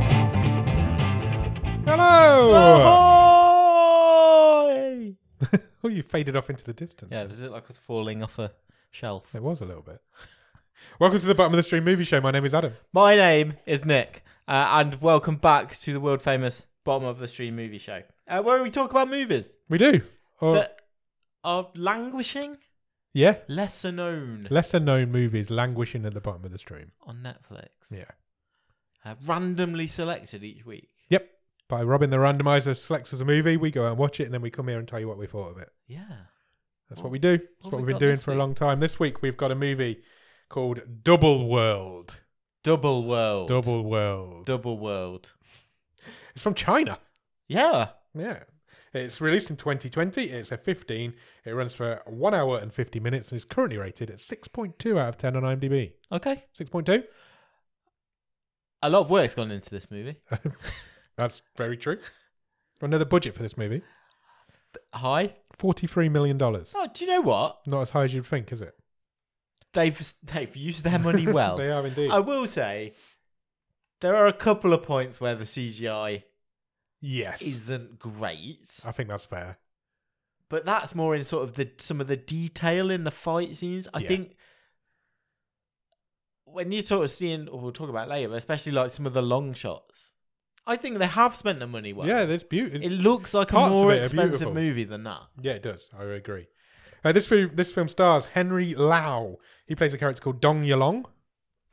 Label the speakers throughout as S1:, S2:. S1: Oh, you faded off into the distance.
S2: Yeah, was it like I was falling off a shelf?
S1: It was a little bit. Welcome to the Bottom of the Stream movie show. My name is Adam.
S2: My name is Nick, uh, and welcome back to the world famous Bottom of the Stream movie show, uh, where we talk about movies
S1: We do. Or,
S2: that are languishing,
S1: yeah.
S2: lesser known
S1: Lesser known movies languishing at the bottom of the stream.
S2: on Netflix.
S1: Yeah.
S2: Uh, randomly selected each week.
S1: Yep. By Robin the Randomizer selects us a movie, we go out and watch it, and then we come here and tell you what we thought of it.
S2: Yeah.
S1: That's what we do. That's
S2: what
S1: what
S2: we
S1: we've been
S2: got
S1: doing
S2: this
S1: for a
S2: week?
S1: long time. This week we've got a movie called Double World.
S2: Double world.
S1: Double World.
S2: Double world.
S1: It's from China.
S2: Yeah.
S1: Yeah. It's released in 2020. It's a 15. It runs for one hour and 50 minutes and is currently rated at 6.2 out of 10 on IMDb.
S2: Okay.
S1: 6.2?
S2: A lot of work's gone into this movie.
S1: That's very true. Another budget for this movie
S2: Hi.
S1: $43 million. Not
S2: Oh, do you know what?
S1: as high as you'd think, is it?
S2: They've they've used their money well. Oh,
S1: they are indeed.
S2: I will say there are a couple of points where the CGI
S1: yes. Uh,
S2: isn't great,
S1: I think that's fair.
S2: but that's more in sort of the some of the detail in the fight scenes. I
S1: Yeah.
S2: think when you sort of seeing, or we'll talk about it later, but especially like some of the long shots, I think they have spent the money well.
S1: yeah, there's beauty.
S2: it looks like a
S1: parts of
S2: more
S1: it are
S2: expensive
S1: beautiful.
S2: movie than that.
S1: Yeah, it does. I agree. Uh, this film, this film stars Henry Lau. He plays a character called Dong Yalong.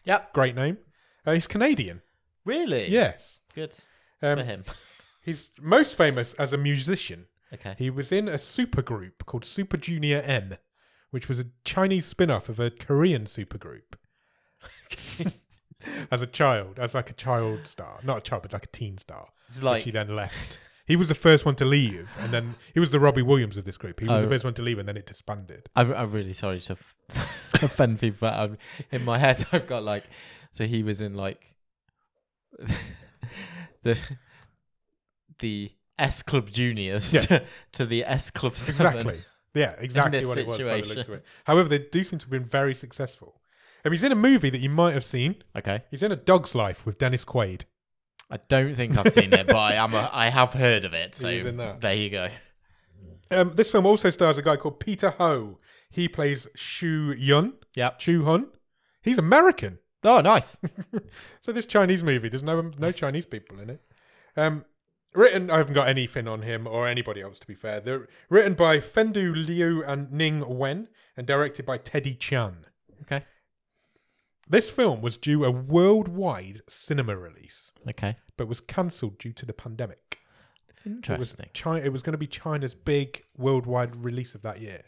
S2: Yep.
S1: Great name. Uh, he's Canadian.
S2: Really?
S1: Yes.
S2: Good for
S1: Um,
S2: him.
S1: he's most famous as a musician.
S2: Okay.
S1: He was in a supergroup called Super Junior M, which was a Chinese spin off of a Korean supergroup. as a child, as like a child star. Not a child, but like a teen star.
S2: It's
S1: which
S2: like
S1: he then left. He was the first one to leave, and then he was the Robbie Williams of this group. He was
S2: Oh.
S1: the first one to leave, and then it disbanded.
S2: I'm, I'm really sorry to f- offend people, but I'm, in my head I've got like, so he was in like the the S Club Juniors
S1: Yes.
S2: to, to the S Club Seven.
S1: Exactly. Yeah, exactly
S2: this
S1: what it was. By the looks of
S2: situation.
S1: it. However, they do seem to have been very successful. I mean, he's in a movie that you might have seen.
S2: Okay,
S1: He's in A Dog's Life with Dennis Quaid.
S2: I don't think I've seen it, but I am a, I have heard of it. So
S1: was in that.
S2: there you go.
S1: Um, this film also stars a guy called Peter Ho. He plays Shu Yun.
S2: Yep.
S1: Chu Hun. He's American.
S2: Oh, nice.
S1: So this Chinese movie, there's no no Chinese people in it. Um, written, I haven't got anything on him or anybody else. To be fair, they're written by Fendu Liu and Ning Wen, and directed by Teddy Chan.
S2: Okay.
S1: This film was due a worldwide cinema release,
S2: Okay.
S1: but was cancelled due to the pandemic. It was
S2: Interesting.
S1: China. It was going to be China's big worldwide release of that year,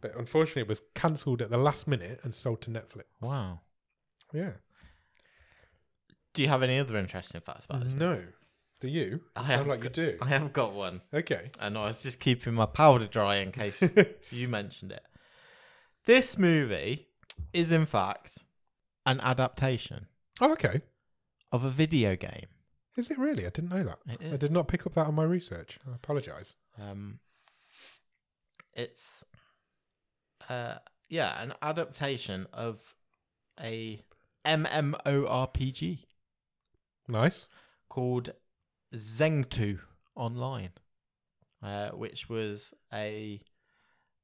S1: but unfortunately, it was cancelled at the last minute and sold to Netflix.
S2: Wow.
S1: Yeah.
S2: Do you have any other interesting facts about this?
S1: No. Do you?
S2: I
S1: Sound
S2: have
S1: Mm. like you
S2: got-
S1: do.
S2: I have got one.
S1: Okay.
S2: and I was just keeping my powder dry in case you mentioned it. This movie is, in fact, an adaptation
S1: Oh, okay.
S2: of a video game.
S1: Is it really? I didn't know that.
S2: It
S1: I
S2: is.
S1: did not pick up that on my research. I apologise.
S2: Um, it's, uh, yeah, an adaptation of a MMORPG
S1: Nice.
S2: called Zengtu Online, uh, which was a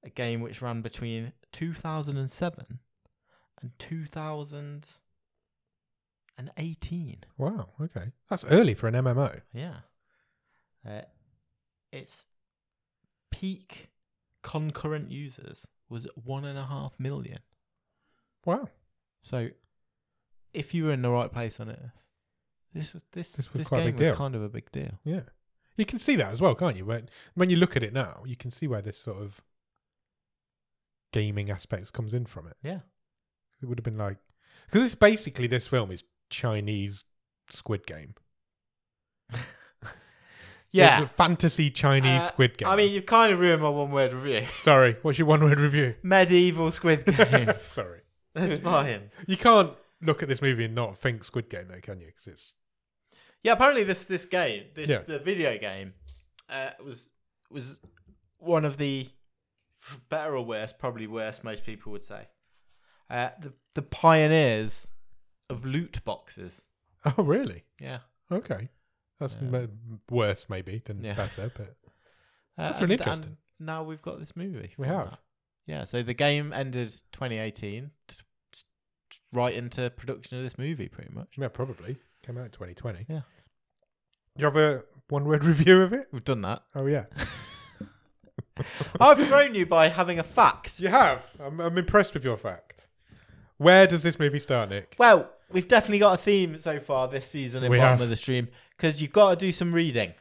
S2: a game which ran between 2007 and 2018.
S1: Wow. Okay. That's early for an MMO.
S2: Yeah, uh, its peak concurrent users was one and a half million.
S1: Wow.
S2: So, if you were in the right place on Earth, this was this
S1: This
S2: this,
S1: was quite a
S2: game
S1: big
S2: was
S1: deal.
S2: kind of a big deal.
S1: Yeah. You can see that as well, can't you? When when you look at it now, you can see where this sort of gaming aspects comes in from it.
S2: Yeah.
S1: It would have been like because it's basically this film is Chinese Squid Game.
S2: Yeah.
S1: It's a fantasy Chinese
S2: Uh,
S1: Squid Game.
S2: I mean, you've kind of ruined my one word review.
S1: sorry. What's your one word review?
S2: Medieval Squid Game.
S1: sorry.
S2: That's fine.
S1: You can't look at this movie and not think Squid Game, though, can you? Because it's
S2: Yeah, apparently this this game, this
S1: Yeah.
S2: the video game, uh, was was one of the for better or worse, probably worse. Most people would say uh, the the pioneers of loot boxes.
S1: oh, really?
S2: Yeah,
S1: Okay, that's
S2: Yeah.
S1: ma- worse maybe than
S2: Yeah.
S1: better, but
S2: Uh,
S1: that's really
S2: and- and
S1: interesting.
S2: now we've got this movie.
S1: We
S2: from
S1: have.
S2: that. Yeah, so the game ended 2018, t- t- t- right into production of this movie, pretty much.
S1: Yeah, probably. Came out in 2020.
S2: Yeah.
S1: Do you have a one word review of it?
S2: We've done that.
S1: Oh, yeah.
S2: I've thrown you by having a fact.
S1: You have. I'm, I'm impressed with your fact. Where does this movie start, Nick?
S2: Well, we've definitely got a theme so far this season in
S1: We
S2: Bottom
S1: have.
S2: of the Stream because you've got to do some reading.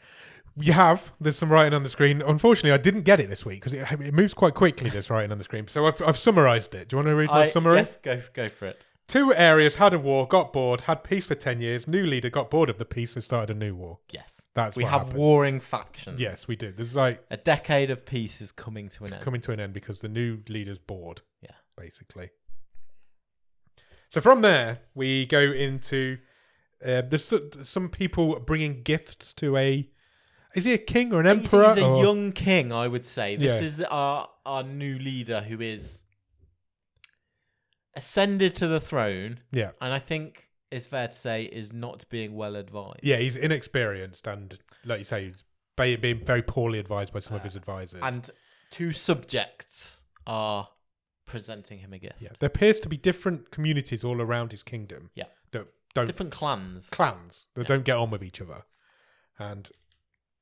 S1: You have. There's some writing on the screen. Unfortunately, I didn't get it this week because it, it moves quite quickly, this writing on the screen. So I've, I've summarized it. Do you want to read my
S2: I-
S1: summary?
S2: Yes, go, go for it.
S1: Two areas had a war, got bored, had peace for 10 years. New leader got bored of the peace and started a new war.
S2: Yes.
S1: That's
S2: we
S1: what
S2: have
S1: happened.
S2: warring factions.
S1: Yes, we do. This is like
S2: A decade of peace is coming to an end.
S1: coming to an end because the new leader's bored.
S2: Yeah.
S1: basically. So from there, we go into uh, there's s- some people bringing gifts to a. Is he a king or an
S2: He's-
S1: emperor?
S2: He's a
S1: or-
S2: young king, I would say. This
S1: Yeah.
S2: is our our new leader who is ascended to the throne,
S1: yeah,
S2: and I think it's fair to say is not being well advised.
S1: yeah, he's inexperienced and, like you say, he's ba- being very poorly advised by some of his advisors.
S2: Uh, And two subjects are presenting him a gift.
S1: yeah, there appears to be different communities all around his kingdom.
S2: Yeah.
S1: that don't
S2: Different clans.
S1: clans that don't get on with each other, and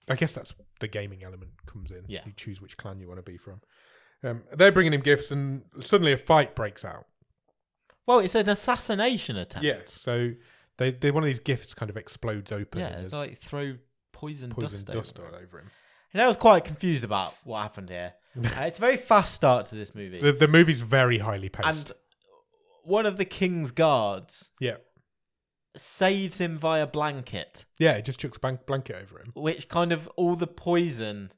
S1: I guess that's the gaming element comes in.
S2: Yeah.
S1: you choose which clan you want to be from. Um, they're bringing him gifts, and suddenly a fight breaks out.
S2: Well, it's an assassination attempt.
S1: Yeah, so they, they one of these gifts kind of explodes open.
S2: Yeah,
S1: and
S2: it's
S1: there's
S2: like throw poison,
S1: poison
S2: dust,
S1: dust,
S2: over
S1: all
S2: him.
S1: over him.
S2: And I was quite confused about what happened here. Uh, it's a very fast start to this movie.
S1: The, the movie's very highly paced.
S2: and one of the king's guards
S1: yeah,
S2: saves him via blanket,
S1: yeah, it just chucks a blank, blanket over him.
S2: which kind of all the poison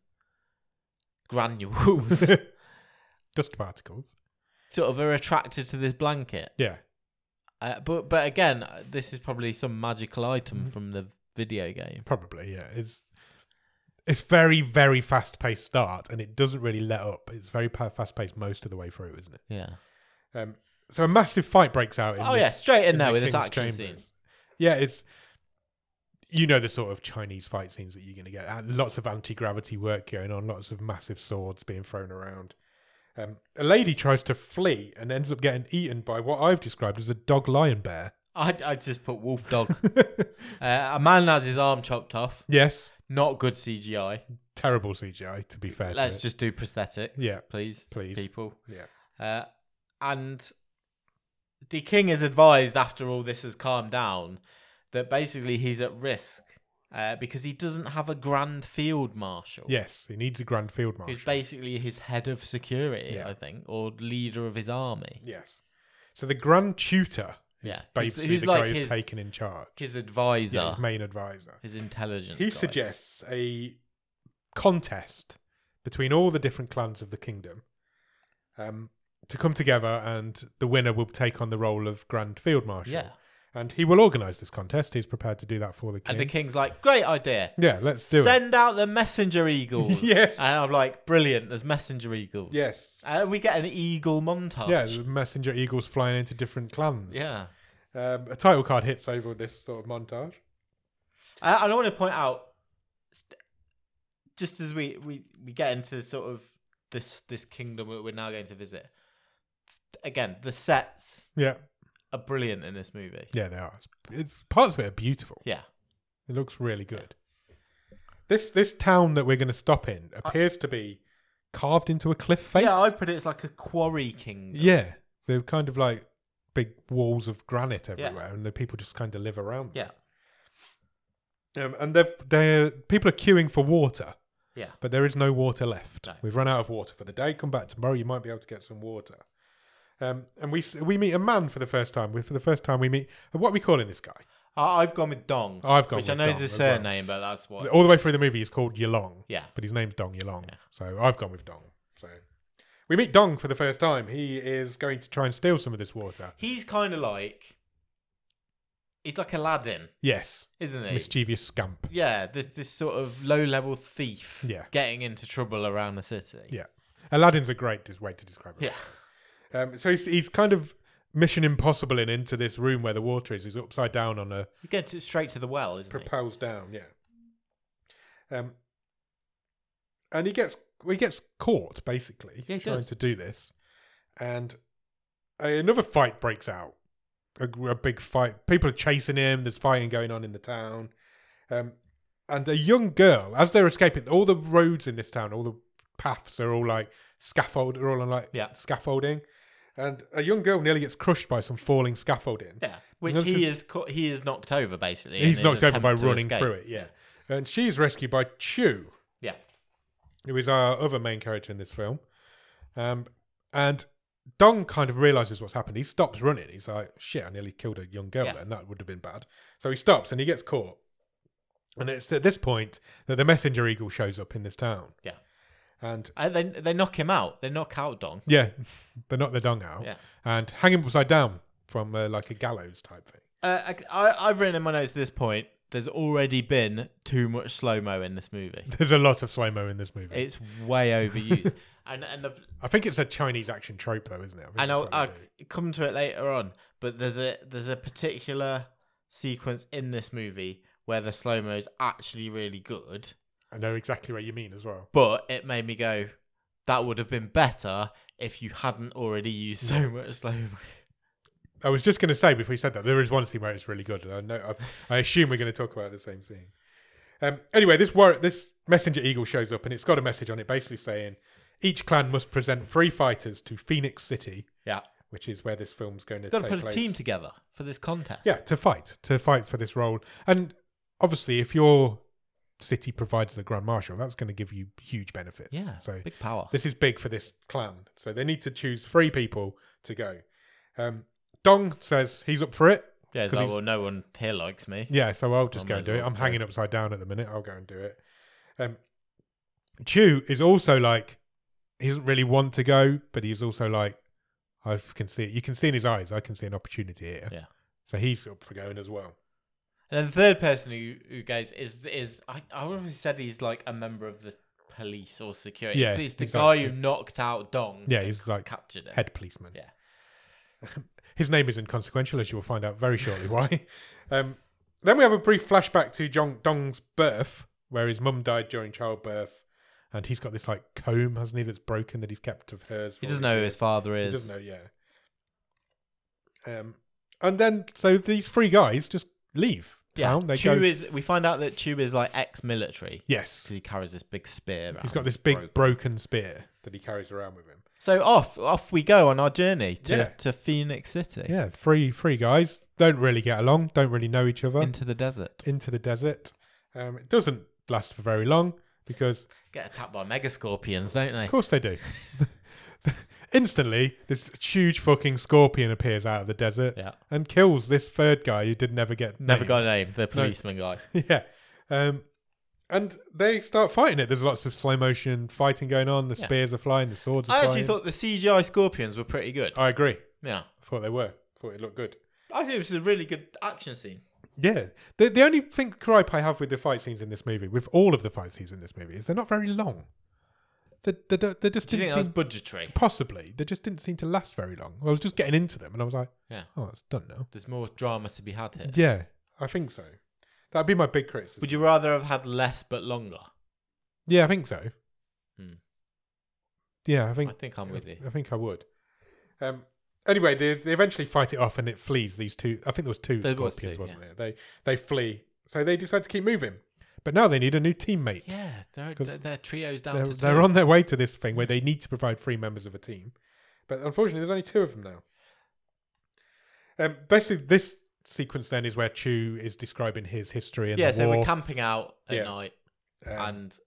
S2: granules
S1: Dust particles.
S2: sort of are attracted to this blanket.
S1: Yeah,
S2: Uh, but but again, uh, this is probably some magical item
S1: Mm-hmm.
S2: from the video game.
S1: probably. Yeah, it's it's very very fast paced start, and it doesn't really let up. It's very fast paced most of the way through, isn't it?
S2: Yeah.
S1: Um, so a massive fight breaks out. In
S2: Oh
S1: this-
S2: yeah, straight in,
S1: in
S2: there
S1: the
S2: with this
S1: king's
S2: action scene.
S1: chambers. Yeah, it's you know the sort of Chinese fight scenes that you're going to get. Uh, Lots of anti gravity work going on. Lots of massive swords being thrown around. Um, a lady tries to flee and ends up getting eaten by what I've described as a dog lion bear.
S2: I I just put wolf dog. uh, a man has his arm chopped off.
S1: Yes,
S2: Not good CGI.
S1: terrible CGI to be fair.
S2: Let's
S1: to
S2: just do prosthetics.
S1: Yeah.
S2: please,
S1: it. please.
S2: people.
S1: Yeah,
S2: Uh, and the king is advised after all this has calmed down that basically he's at risk uh, because he doesn't have a grand field marshal.
S1: yes, he needs a grand field marshal.
S2: Who's basically his head of security,
S1: Yeah.
S2: I think, or leader of his army.
S1: yes, so the grand tutor is
S2: Yeah. Who's-
S1: basically
S2: who's
S1: the
S2: like
S1: guy who's
S2: his-
S1: taken in charge.
S2: His advisor,
S1: Yeah, his
S2: his,
S1: main advisor.
S2: intelligence.
S1: He
S2: guy.
S1: suggests a contest between all the different clans of the kingdom um, to come together, and the winner will take on the role of Grand Field Marshal.
S2: Yeah.
S1: And he will organise this contest. He's prepared to do that for the king.
S2: And the king's like, great idea.
S1: yeah, let's do it.
S2: Send out the messenger eagles.
S1: Yes.
S2: And I'm like, brilliant, there's messenger eagles.
S1: Yes.
S2: And we get an eagle montage.
S1: Yeah, the messenger eagles flying into different clans.
S2: Yeah.
S1: Um, a title card hits over this sort of montage.
S2: Uh, I, I want to point out, st- just as we, we, we get into sort of this this kingdom that we're now going to visit, again, the sets
S1: Yeah.
S2: are brilliant in this movie.
S1: Yeah, they are. It's, it's parts of it are beautiful.
S2: Yeah.
S1: It looks really good. This this town that we're going to stop in appears to be carved into a cliff face.
S2: Yeah, I put it as like a quarry kingdom.
S1: Yeah, they're kind of like big walls of granite everywhere, and the people just kind of live around. Them.
S2: Yeah.
S1: Um, and they're they people are queuing for water,
S2: Yeah.
S1: but there is no water left.
S2: No.
S1: We've run out of water for the day. Come back tomorrow, you might be able to get some water. Um, and we s- we meet a man for the first time. We for the first time we meet what are we calling this guy
S2: I, I've gone with Dong.
S1: Oh, I've gone
S2: Which I
S1: with
S2: know
S1: Dong
S2: is his
S1: as well.
S2: surname, but that's what.
S1: all the way through the movie. He's called Yolong.
S2: Yeah.
S1: but his name's Dong Yolong. So I've gone with Dong. So we meet Dong for the first time. He is going to try and steal some of this water.
S2: He's kind of like. He's like Aladdin,
S1: Yes,
S2: isn't he?
S1: mischievous scamp.
S2: yeah, this this sort of low level thief
S1: Yeah.
S2: getting into trouble around the city.
S1: Yeah, Aladdin's a great dis- way to describe it.
S2: Yeah.
S1: Um, so he's, he's kind of Mission Impossible in into this room where the water is. He's upside down on a
S2: He gets it straight to the well, isn't he?
S1: propels down. Yeah. Um, and he gets well, he gets caught basically
S2: Yeah, he
S1: trying
S2: does.
S1: to do this, and uh, another fight breaks out. A, gr- a big fight. People are chasing him. There's fighting going on in the town, um, and a young girl as they're escaping. All the roads in this town, all the paths are all like scaffold. Are all on like
S2: Yeah.
S1: scaffolding, and a young girl nearly gets crushed by some falling scaffolding.
S2: Yeah, which
S1: This
S2: he is co- he is knocked over basically. in
S1: He's
S2: his
S1: knocked over by
S2: attempt to
S1: running
S2: escape.
S1: through it. Yeah, and she's rescued by Chew.
S2: Yeah,
S1: who is our other main character in this film. Um, and Dong kind of realizes what's happened. He stops running. He's like, shit, I nearly killed a young girl
S2: Yeah.
S1: then. That would have been bad. So he stops and he gets caught. And it's at this point that the messenger eagle shows up in this town.
S2: Yeah.
S1: And
S2: and Uh, they they knock him out. They knock out Dong.
S1: yeah, they knock the Dong out
S2: Yeah.
S1: and hang him upside down from uh, like a gallows type thing.
S2: Uh, I, I- I've written in my notes at this point. There's already been too much slow mo in this movie.
S1: There's a lot of slow mo in this movie.
S2: It's way overused, and and the,
S1: I think it's a Chinese action trope, though, isn't it? I think that's
S2: and I'll,
S1: what they
S2: I'll
S1: do.
S2: come to it later on. But there's a there's a particular sequence in this movie where the slow mo is actually really good.
S1: I know exactly what you mean as well.
S2: but it made me go, that would have been better if you hadn't already used so much slow mo.
S1: I was just going to say before you said that there is one scene where it's really good. and I know. I, I assume we're going to talk about the same scene. Um, anyway, this war, this messenger eagle shows up and it's got a message on it, basically saying each clan must present three fighters to Phoenix City,
S2: Yeah,
S1: which is where this film's going to
S2: got
S1: take
S2: to put
S1: place.
S2: a team together for this contest.
S1: yeah, to fight, to fight for this role. And obviously, if your city provides the grand marshal, that's going to give you huge benefits.
S2: yeah,
S1: So
S2: big power.
S1: this is big for this clan. So they need to choose three people to go. Um, Dong says he's up for it.
S2: yeah, it's
S1: 'cause
S2: like,
S1: he's-
S2: well, no one here likes me.
S1: Yeah, so I'll just
S2: I
S1: go and
S2: might as
S1: do it.
S2: well,
S1: I'm
S2: yeah.
S1: hanging upside down at the minute. I'll go and do it. Um, Chu is also like he doesn't really want to go, but he's also like I can see it. You can see in his eyes. I can see an opportunity here.
S2: Yeah.
S1: So he's up for going as well.
S2: And then the third person who who goes is is I I already said he's like a member of the police or security.
S1: Yeah,
S2: it's, it's the
S1: he's
S2: guy
S1: like-
S2: who knocked out Dong.
S1: Yeah,
S2: and
S1: he's like
S2: captured him.
S1: Head policeman.
S2: Yeah.
S1: His name is inconsequential, as you will find out very shortly why. Um, then we have a brief flashback to Jong Dong's birth, where his mum died during childbirth, and he's got this like comb, hasn't he, that's broken that he's kept of hers.
S2: He
S1: for
S2: doesn't
S1: all
S2: know
S1: these
S2: who his father
S1: He
S2: is.
S1: doesn't know, yeah. Um, and then so these three guys just leave
S2: Yeah,
S1: town. They
S2: Chu
S1: go.
S2: is. We find out that Chu is like ex-military because
S1: yes,
S2: he carries this big spear.
S1: he's
S2: around.
S1: got this big
S2: Broken.
S1: broken. spear that he carries around with him.
S2: So off off we go on our journey to,
S1: Yeah.
S2: to Phoenix City
S1: Yeah, three three guys don't really get along. Don't really know each other.
S2: into the desert.
S1: into the desert. Um, it doesn't last for very long because,
S2: Get attacked by mega scorpions, don't they?
S1: of course, they do. Instantly, this huge fucking scorpion appears out of the desert
S2: Yeah.
S1: and kills this third guy who did never get
S2: Never
S1: named.
S2: got a name. The policeman guy.
S1: yeah. Um, and they start fighting it. There's lots of slow motion fighting going on. The
S2: Yeah.
S1: spears are flying. The swords are
S2: I
S1: flying. Oh.
S2: actually thought the CGI scorpions were pretty good.
S1: I agree. I
S2: Yeah,
S1: thought they were. thought it looked good.
S2: I think it was a really good action scene.
S1: Yeah. The, the only thing gripe I have with the fight scenes in this movie, with all of the fight scenes in this movie, is they're not very long. They, they, don't- they just
S2: Do you
S1: didn't
S2: think
S1: seem,
S2: that was budgetary?
S1: possibly, they just didn't seem to last very long. I was just getting into them and I was like,
S2: Yeah.
S1: oh, it's done now.
S2: There's more drama to be had here.
S1: Yeah, I think so. That'd be my big criticism.
S2: Would you rather have had less but longer?
S1: Yeah, I think so.
S2: Hmm.
S1: Yeah, I
S2: I
S1: think
S2: think, I'm with you.
S1: I think I would. Um, anyway, they, they eventually fight it off, and it flees these two. I think there was two
S2: There was
S1: scorpions,
S2: two,
S1: was not there? They they flee, so they decide to keep moving. But now they need a new teammate.
S2: Yeah, they're,
S1: 'Cause
S2: they're, they're trios down
S1: they're,
S2: to
S1: they're
S2: two.
S1: on their way to this thing where they need to provide three members of a team, but unfortunately, there's only two of them now. Um, basically, this sequence then is where Chu is describing his history and
S2: Yeah,
S1: the
S2: so
S1: war.
S2: we're camping out at
S1: Yeah.
S2: night
S1: um,
S2: and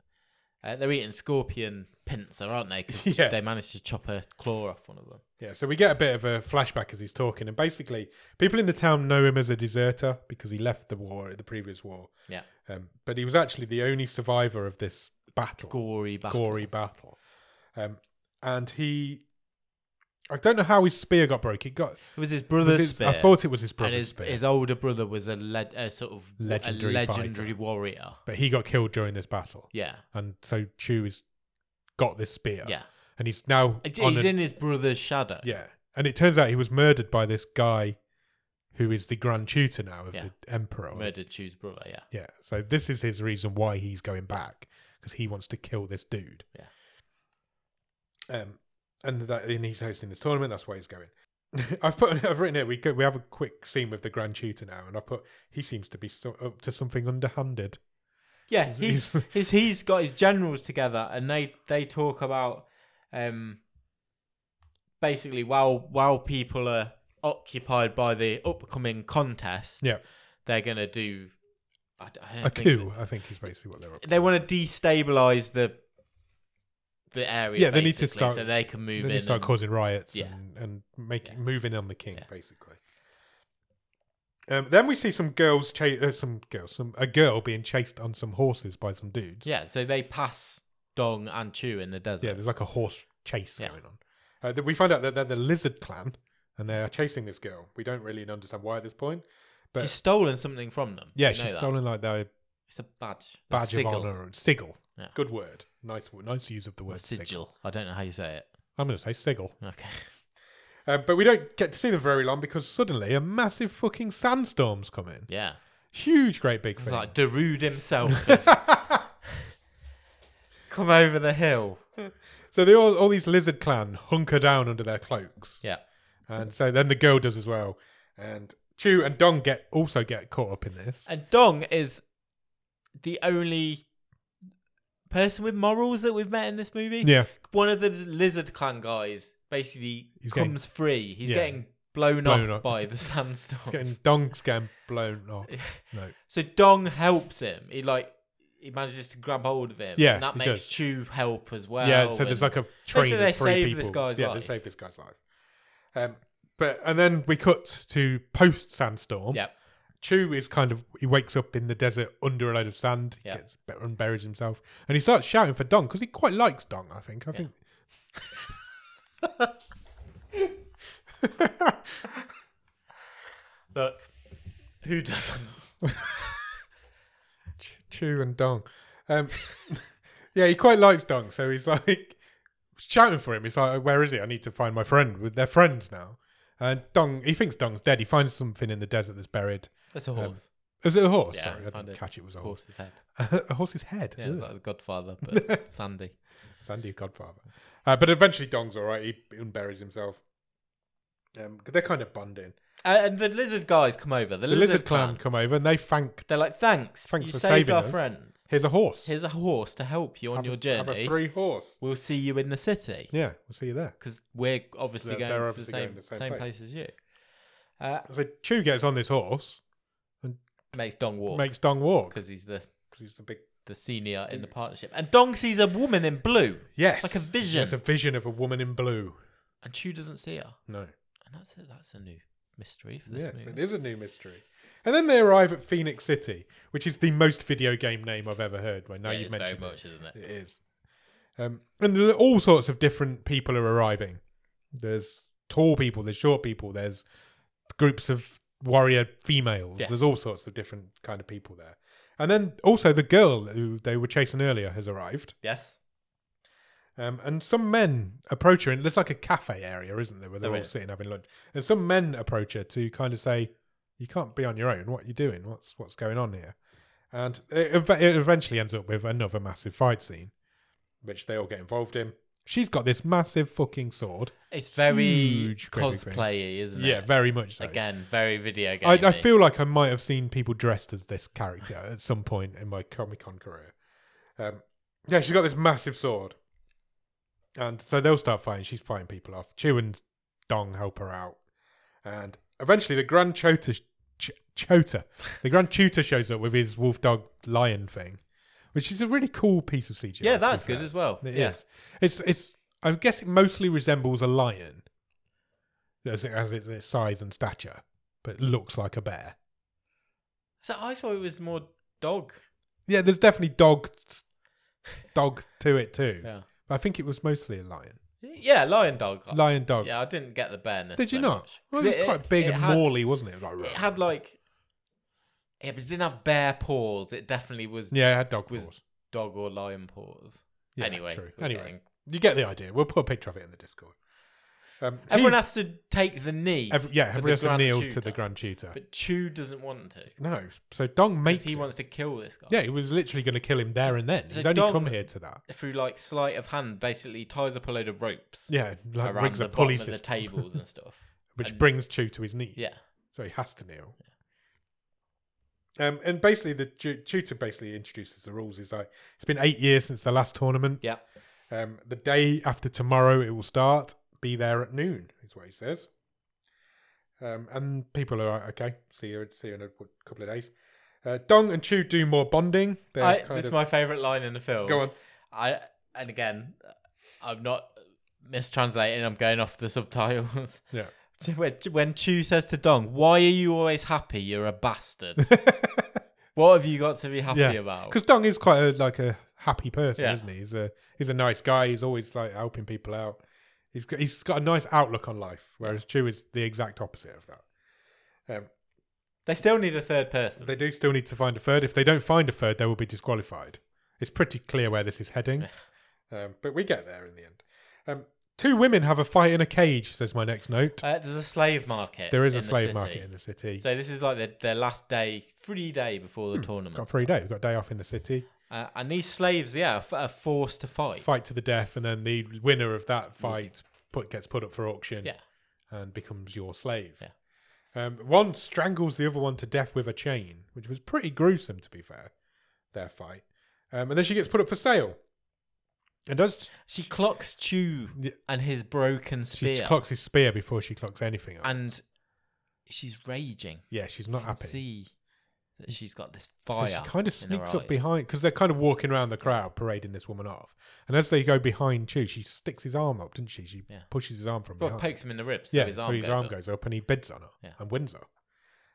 S2: uh, they're eating scorpion pincer, aren't they? 'Cause
S1: Yeah.
S2: they managed to chop a claw off one of them.
S1: Yeah, so we get a bit of a flashback as he's talking, and basically, people in the town know him as a deserter because he left the war, the previous war.
S2: Yeah.
S1: um, but he was actually the only survivor of this battle,
S2: Gory battle.
S1: gory battle. Um, and he, I don't know how his spear got broke. It got.
S2: It was his
S1: was
S2: brother's
S1: his-
S2: spear.
S1: I thought it was his
S2: and
S1: brother's
S2: his,
S1: spear,
S2: his older brother was a, le- a sort of a
S1: Legendary
S2: legendary
S1: fighter.
S2: warrior.
S1: but he got killed during this battle,
S2: Yeah,
S1: and so Chu has got this spear.
S2: yeah.
S1: and he's now
S2: It's-
S1: on
S2: He's
S1: a-
S2: in his brother's shadow.
S1: Yeah, and it turns out he was murdered by this guy, who is the grand tutor now of
S2: Yeah.
S1: the emperor. or the
S2: Murdered Chu's brother. Yeah,
S1: Yeah. So this is his reason why he's going back because he wants to kill this dude.
S2: Yeah.
S1: Um, and that and he's hosting this tournament. That's why he's going. I've put I've written here. We go, we have a quick scene with the Grand Tutor now, and I put he seems to be so, up to something underhanded.
S2: Yeah,
S1: He's-
S2: he's,
S1: he's-
S2: he's he's got his generals together, and they they talk about um basically while while people are occupied by the upcoming contest,
S1: Yeah.
S2: they're gonna do I, d- I don't
S1: A
S2: think that-
S1: coup, I think, is basically what they're up to.
S2: They want to destabilize the the area.
S1: Yeah, they need to
S2: basically,
S1: start-
S2: so they can move
S1: Then
S2: in.
S1: they start
S2: and-
S1: causing riots
S2: Yeah.
S1: and, and make,
S2: Yeah.
S1: moving on the king,
S2: Yeah.
S1: basically. Um, then we see some girls, cha- uh, some girls, some a girl being chased on some horses by some dudes.
S2: yeah, so they pass Dong and Chu in the desert.
S1: Yeah, there's like a horse chase
S2: Yeah.
S1: going on. Uh, th- we find out that they're the Lizard Clan and they are chasing this girl. We don't really understand why at this point. but-
S2: she's stolen something from them.
S1: Yeah,
S2: You know
S1: she's
S2: that.
S1: stolen like their
S2: It's a badge. A
S1: badge
S2: sigil.
S1: of honor, sigil.
S2: Yeah.
S1: Good word, nice, w- nice use of the
S2: Or
S1: word sigil.
S2: sigil. I don't know how you say it.
S1: I'm going to say sigil.
S2: Okay.
S1: Uh, but we don't get to see them very long because suddenly a massive fucking sandstorm's come in.
S2: Yeah.
S1: Huge, great big
S2: It's
S1: thing.
S2: Like Darude himself has come over the hill.
S1: So they all, all these lizard clan hunker down under their cloaks,
S2: Yeah.
S1: and so then the girl does as well, and Chu and Dong get also get caught up in this.
S2: And Dong is the only person with morals that we've met in this movie.
S1: Yeah,
S2: One of the lizard clan guys basically
S1: He's getting-
S2: comes free. He's
S1: yeah.
S2: getting blown,
S1: Blown
S2: off
S1: up.
S2: by the sandstorm.
S1: it's getting Dong's getting blown off. No,
S2: So Dong helps him. He like he manages to grab hold of him.
S1: Yeah,
S2: and that
S1: he
S2: makes
S1: does.
S2: Chu help as well.
S1: yeah. So there's
S2: Oh, and-
S1: like a train
S2: they
S1: of three
S2: save
S1: people.
S2: this guy's
S1: yeah,
S2: life.
S1: they save this guy's life. Um, but and then we cut to post sandstorm.
S2: yeah.
S1: Chu is kind of he wakes up in the desert under a load of sand. He
S2: Yeah.
S1: gets better and buries himself, and he starts shouting for Dong because he quite likes Dong. I think. I think.
S2: Look, who doesn't?
S1: Ch- Chu and Dong. Um, yeah, he quite likes Dong, so he's like shouting for him. He's like, "Where is he? I need to find my friend." With their friends now, and Dong, he thinks Dong's dead. He finds something in the desert that's buried.
S2: That's a horse.
S1: Is it a horse?
S2: Yeah,
S1: Sorry, I
S2: found
S1: didn't
S2: it.
S1: catch it was a horse.
S2: horse's head.
S1: a horse's head.
S2: Yeah,
S1: Ugh.
S2: it's like the Godfather, but Sandy.
S1: Sandy Godfather. Uh, but eventually, Dong's all right. He unburies himself. Um, 'cause they're kind of bonding.
S2: Uh, and the lizard guys come over. The,
S1: The Lizard, Clan, come over and they thank.
S2: They're like, thanks.
S1: Thanks
S2: you
S1: for
S2: saved
S1: saving
S2: our
S1: us.
S2: friend.
S1: Here's a horse.
S2: Here's a horse to help you on
S1: Have a-
S2: your
S1: Have a
S2: journey.
S1: three horse.
S2: We'll see you in the city
S1: Yeah, we'll see you there.
S2: because we're obviously
S1: They're-
S2: going
S1: they're
S2: to
S1: obviously
S2: the same
S1: going to the same
S2: same
S1: place.
S2: place, as you. Uh,
S1: So Chu gets on this horse,
S2: makes Dong walk
S1: makes Dong walk
S2: because he's the
S1: because he's the big
S2: the senior in the partnership, and Dong sees a woman in blue,
S1: yes,
S2: Like a vision.
S1: It's a vision of a woman in blue.
S2: and Chu doesn't see her.
S1: No,
S2: And that's a, that's a new mystery for this
S1: yes, it
S2: movie.
S1: is a new mystery. And then they arrive at Phoenix City, which is the most video game name I've ever heard. Right now,
S2: Yeah,
S1: you've
S2: it's very
S1: mentioned it.
S2: much, isn't it?
S1: It is. Um, and there are all sorts of different people are arriving. There's tall people, there's short people, there's groups of warrior females.
S2: Yes.
S1: There's all sorts of different kind of people there. And then also the girl who they were chasing earlier has arrived.
S2: Yes,
S1: Um, and some men approach her, and there's like a cafe area, isn't there, where they're
S2: There
S1: all
S2: is.
S1: sitting having lunch. And some men approach her to kind of say, "You can't be on your own. What are you doing? What's what's going on here?" And it, ev- it eventually ends up with another massive fight scene, which they all get involved in. She's got this massive fucking sword.
S2: it's very
S1: Huge credit thing.
S2: cosplayy, isn't
S1: Yeah,
S2: it?
S1: very much so.
S2: Again, very video game.
S1: I, I feel like I might have seen people dressed as this character at some point in my Comic Con career. Um, yeah, she's got this massive sword, and so they'll start fighting. She's fighting people off. Chu and Dong help her out, and eventually the Grand Chota, Ch- Chota, the Grand Tutor shows up with his wolf dog lion thing, which is a really cool piece of CGI.
S2: yeah,
S1: to be
S2: that's good
S1: fair.
S2: as well.
S1: It
S2: yeah.
S1: is. It's it's. I guess it mostly resembles a lion, as it, as it, its size and stature, but it looks like a bear.
S2: So I thought it was more dog.
S1: Yeah, there's definitely dog dog to it too.
S2: Yeah.
S1: But I think it was mostly a lion,
S2: Yeah, lion dog.
S1: lion dog.
S2: Yeah, I didn't get the bareness.
S1: Did you
S2: so
S1: not?
S2: much.
S1: Well,
S2: 'Cause
S1: it was quite big
S2: it
S1: and
S2: had,
S1: mauly, wasn't it? It was like-
S2: It had like, yeah, but it didn't have bear paws. It definitely was
S1: yeah, it had dog
S2: was-
S1: paws.
S2: dog or lion paws.
S1: Yeah,
S2: anyway,
S1: true.
S2: we're
S1: Anyway,
S2: getting-
S1: you get the idea. We'll put a picture of it in the Discord. Um, he-
S2: Everyone has to take the knee.
S1: ev- yeah,
S2: for
S1: everyone has
S2: the
S1: to
S2: Grand
S1: kneel to
S2: Tutor.
S1: the Grand Tutor.
S2: But Chu doesn't want to.
S1: no, so Dong
S2: Because
S1: makes
S2: he
S1: it.
S2: wants to kill this guy.
S1: Yeah, he was literally going to kill him there and then.
S2: So
S1: He's only
S2: Dong-
S1: come here to that.
S2: Through like sleight of hand, basically ties up a load of ropes
S1: Yeah, like
S2: around
S1: rigs
S2: the
S1: a pulley
S2: bottom of the
S1: system,
S2: tables and stuff.
S1: which
S2: and-
S1: brings Chu to his knees.
S2: Yeah.
S1: so he has to kneel. Um, and basically, the tu- tutor basically introduces the rules. He's like, it's been eight years since the last tournament.
S2: Yeah.
S1: Um, the day after tomorrow, it will start. Be there at noon, is what he says. Um, and people are like, okay, see you, see you in a w- couple of days. Uh, Dong and Chu do more bonding. They're
S2: I,
S1: kind
S2: this is
S1: of-
S2: my favourite line in the film.
S1: go on.
S2: I and again, I'm not mistranslating. I'm going off the subtitles.
S1: Yeah.
S2: When, when Chu says to Dong, "Why are you always happy? You're a bastard. what have you got to be happy
S1: Yeah.
S2: about?"
S1: Because Dong is quite a, like a happy person,
S2: Oh. Yeah.
S1: isn't he? He's a he's a nice guy. He's always like helping people out. He's got, he's got a nice outlook on life, whereas Chu is the exact opposite of that. Um,
S2: They still need a third person.
S1: they do still need to find a third. If they don't find a third, they will be disqualified. It's pretty clear where this is heading, um, but we get there in the end. Um, two women have a fight in a cage. Says my next note.
S2: Uh, there's a slave market.
S1: there is
S2: in
S1: a
S2: the
S1: slave
S2: city.
S1: market in the city.
S2: So this is like their, their last day, free day before the tournament.
S1: got three days. Got a day off in the city.
S2: Uh, and these slaves, yeah, are, f- are forced to fight.
S1: Fight to the death, and then the winner of that fight put gets put up for auction.
S2: Yeah.
S1: and becomes your slave. Um, one strangles the other one to death with a chain, which was pretty gruesome, to be fair, their fight. Um, and then she gets put up for sale. And does
S2: She clocks Chu
S1: Yeah.
S2: and his broken
S1: she
S2: spear,
S1: clocks his spear before she clocks anything else.
S2: and she's raging.
S1: yeah, she's not
S2: can
S1: happy. Mm.
S2: see that she's got this
S1: So
S2: fire.
S1: she kind of
S2: in her
S1: sneaks
S2: eyes.
S1: up behind because they're kind of walking around the crowd parading this woman off. And as they go behind Chu, she sticks his arm up, doesn't she? She
S2: Yeah.
S1: pushes his arm from
S2: Well,
S1: behind.
S2: pokes him in the ribs.
S1: yeah,
S2: so his arm, goes, up.
S1: and he bids on her
S2: Yeah.
S1: and wins her.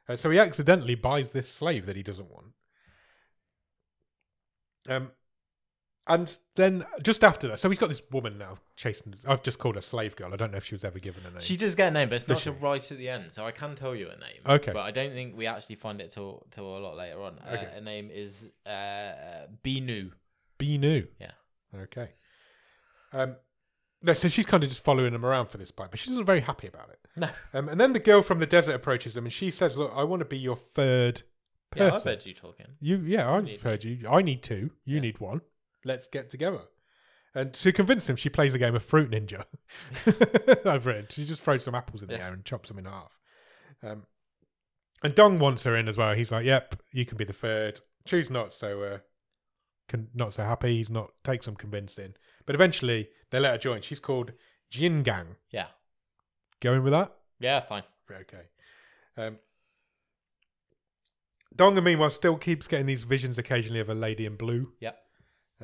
S1: Uh, so he accidentally buys this slave that he doesn't want. Um, and then just after that, so he's got this woman now chasing. I've just called her slave girl. I don't know if she was ever given a name.
S2: She does get a name, but it's
S1: Does
S2: not till
S1: she?
S2: right at the end. So I can tell you a name.
S1: Okay.
S2: But I don't think we actually find it till till a lot later on. Uh,
S1: Okay.
S2: Her name is uh, Binu.
S1: Binu.
S2: Yeah.
S1: Okay. Um, no, so she's kind of just following him around for this fight, but she isn't very happy about it.
S2: No.
S1: Um, and then the girl from the desert approaches him, and she says, "Look, I want to be your third person."
S2: Yeah, I've heard you talking.
S1: You yeah, I've
S2: need
S1: heard you. I need two. You need one. Let's get together. And to convince him, she plays a game of Fruit Ninja. I've read. She just throws some apples in the
S2: Yeah.
S1: air and chops them in half. Um, and Dong wants her in as well. He's like, "Yep, you can be the third. Chu's not so uh, con- not so happy. He's not takes some convincing, but eventually they let her join. She's called Jin Gang.
S2: Yeah.
S1: Going with that?
S2: Yeah, fine.
S1: Okay. Um, Donga, meanwhile, still keeps getting these visions occasionally of a lady in blue.
S2: Yep.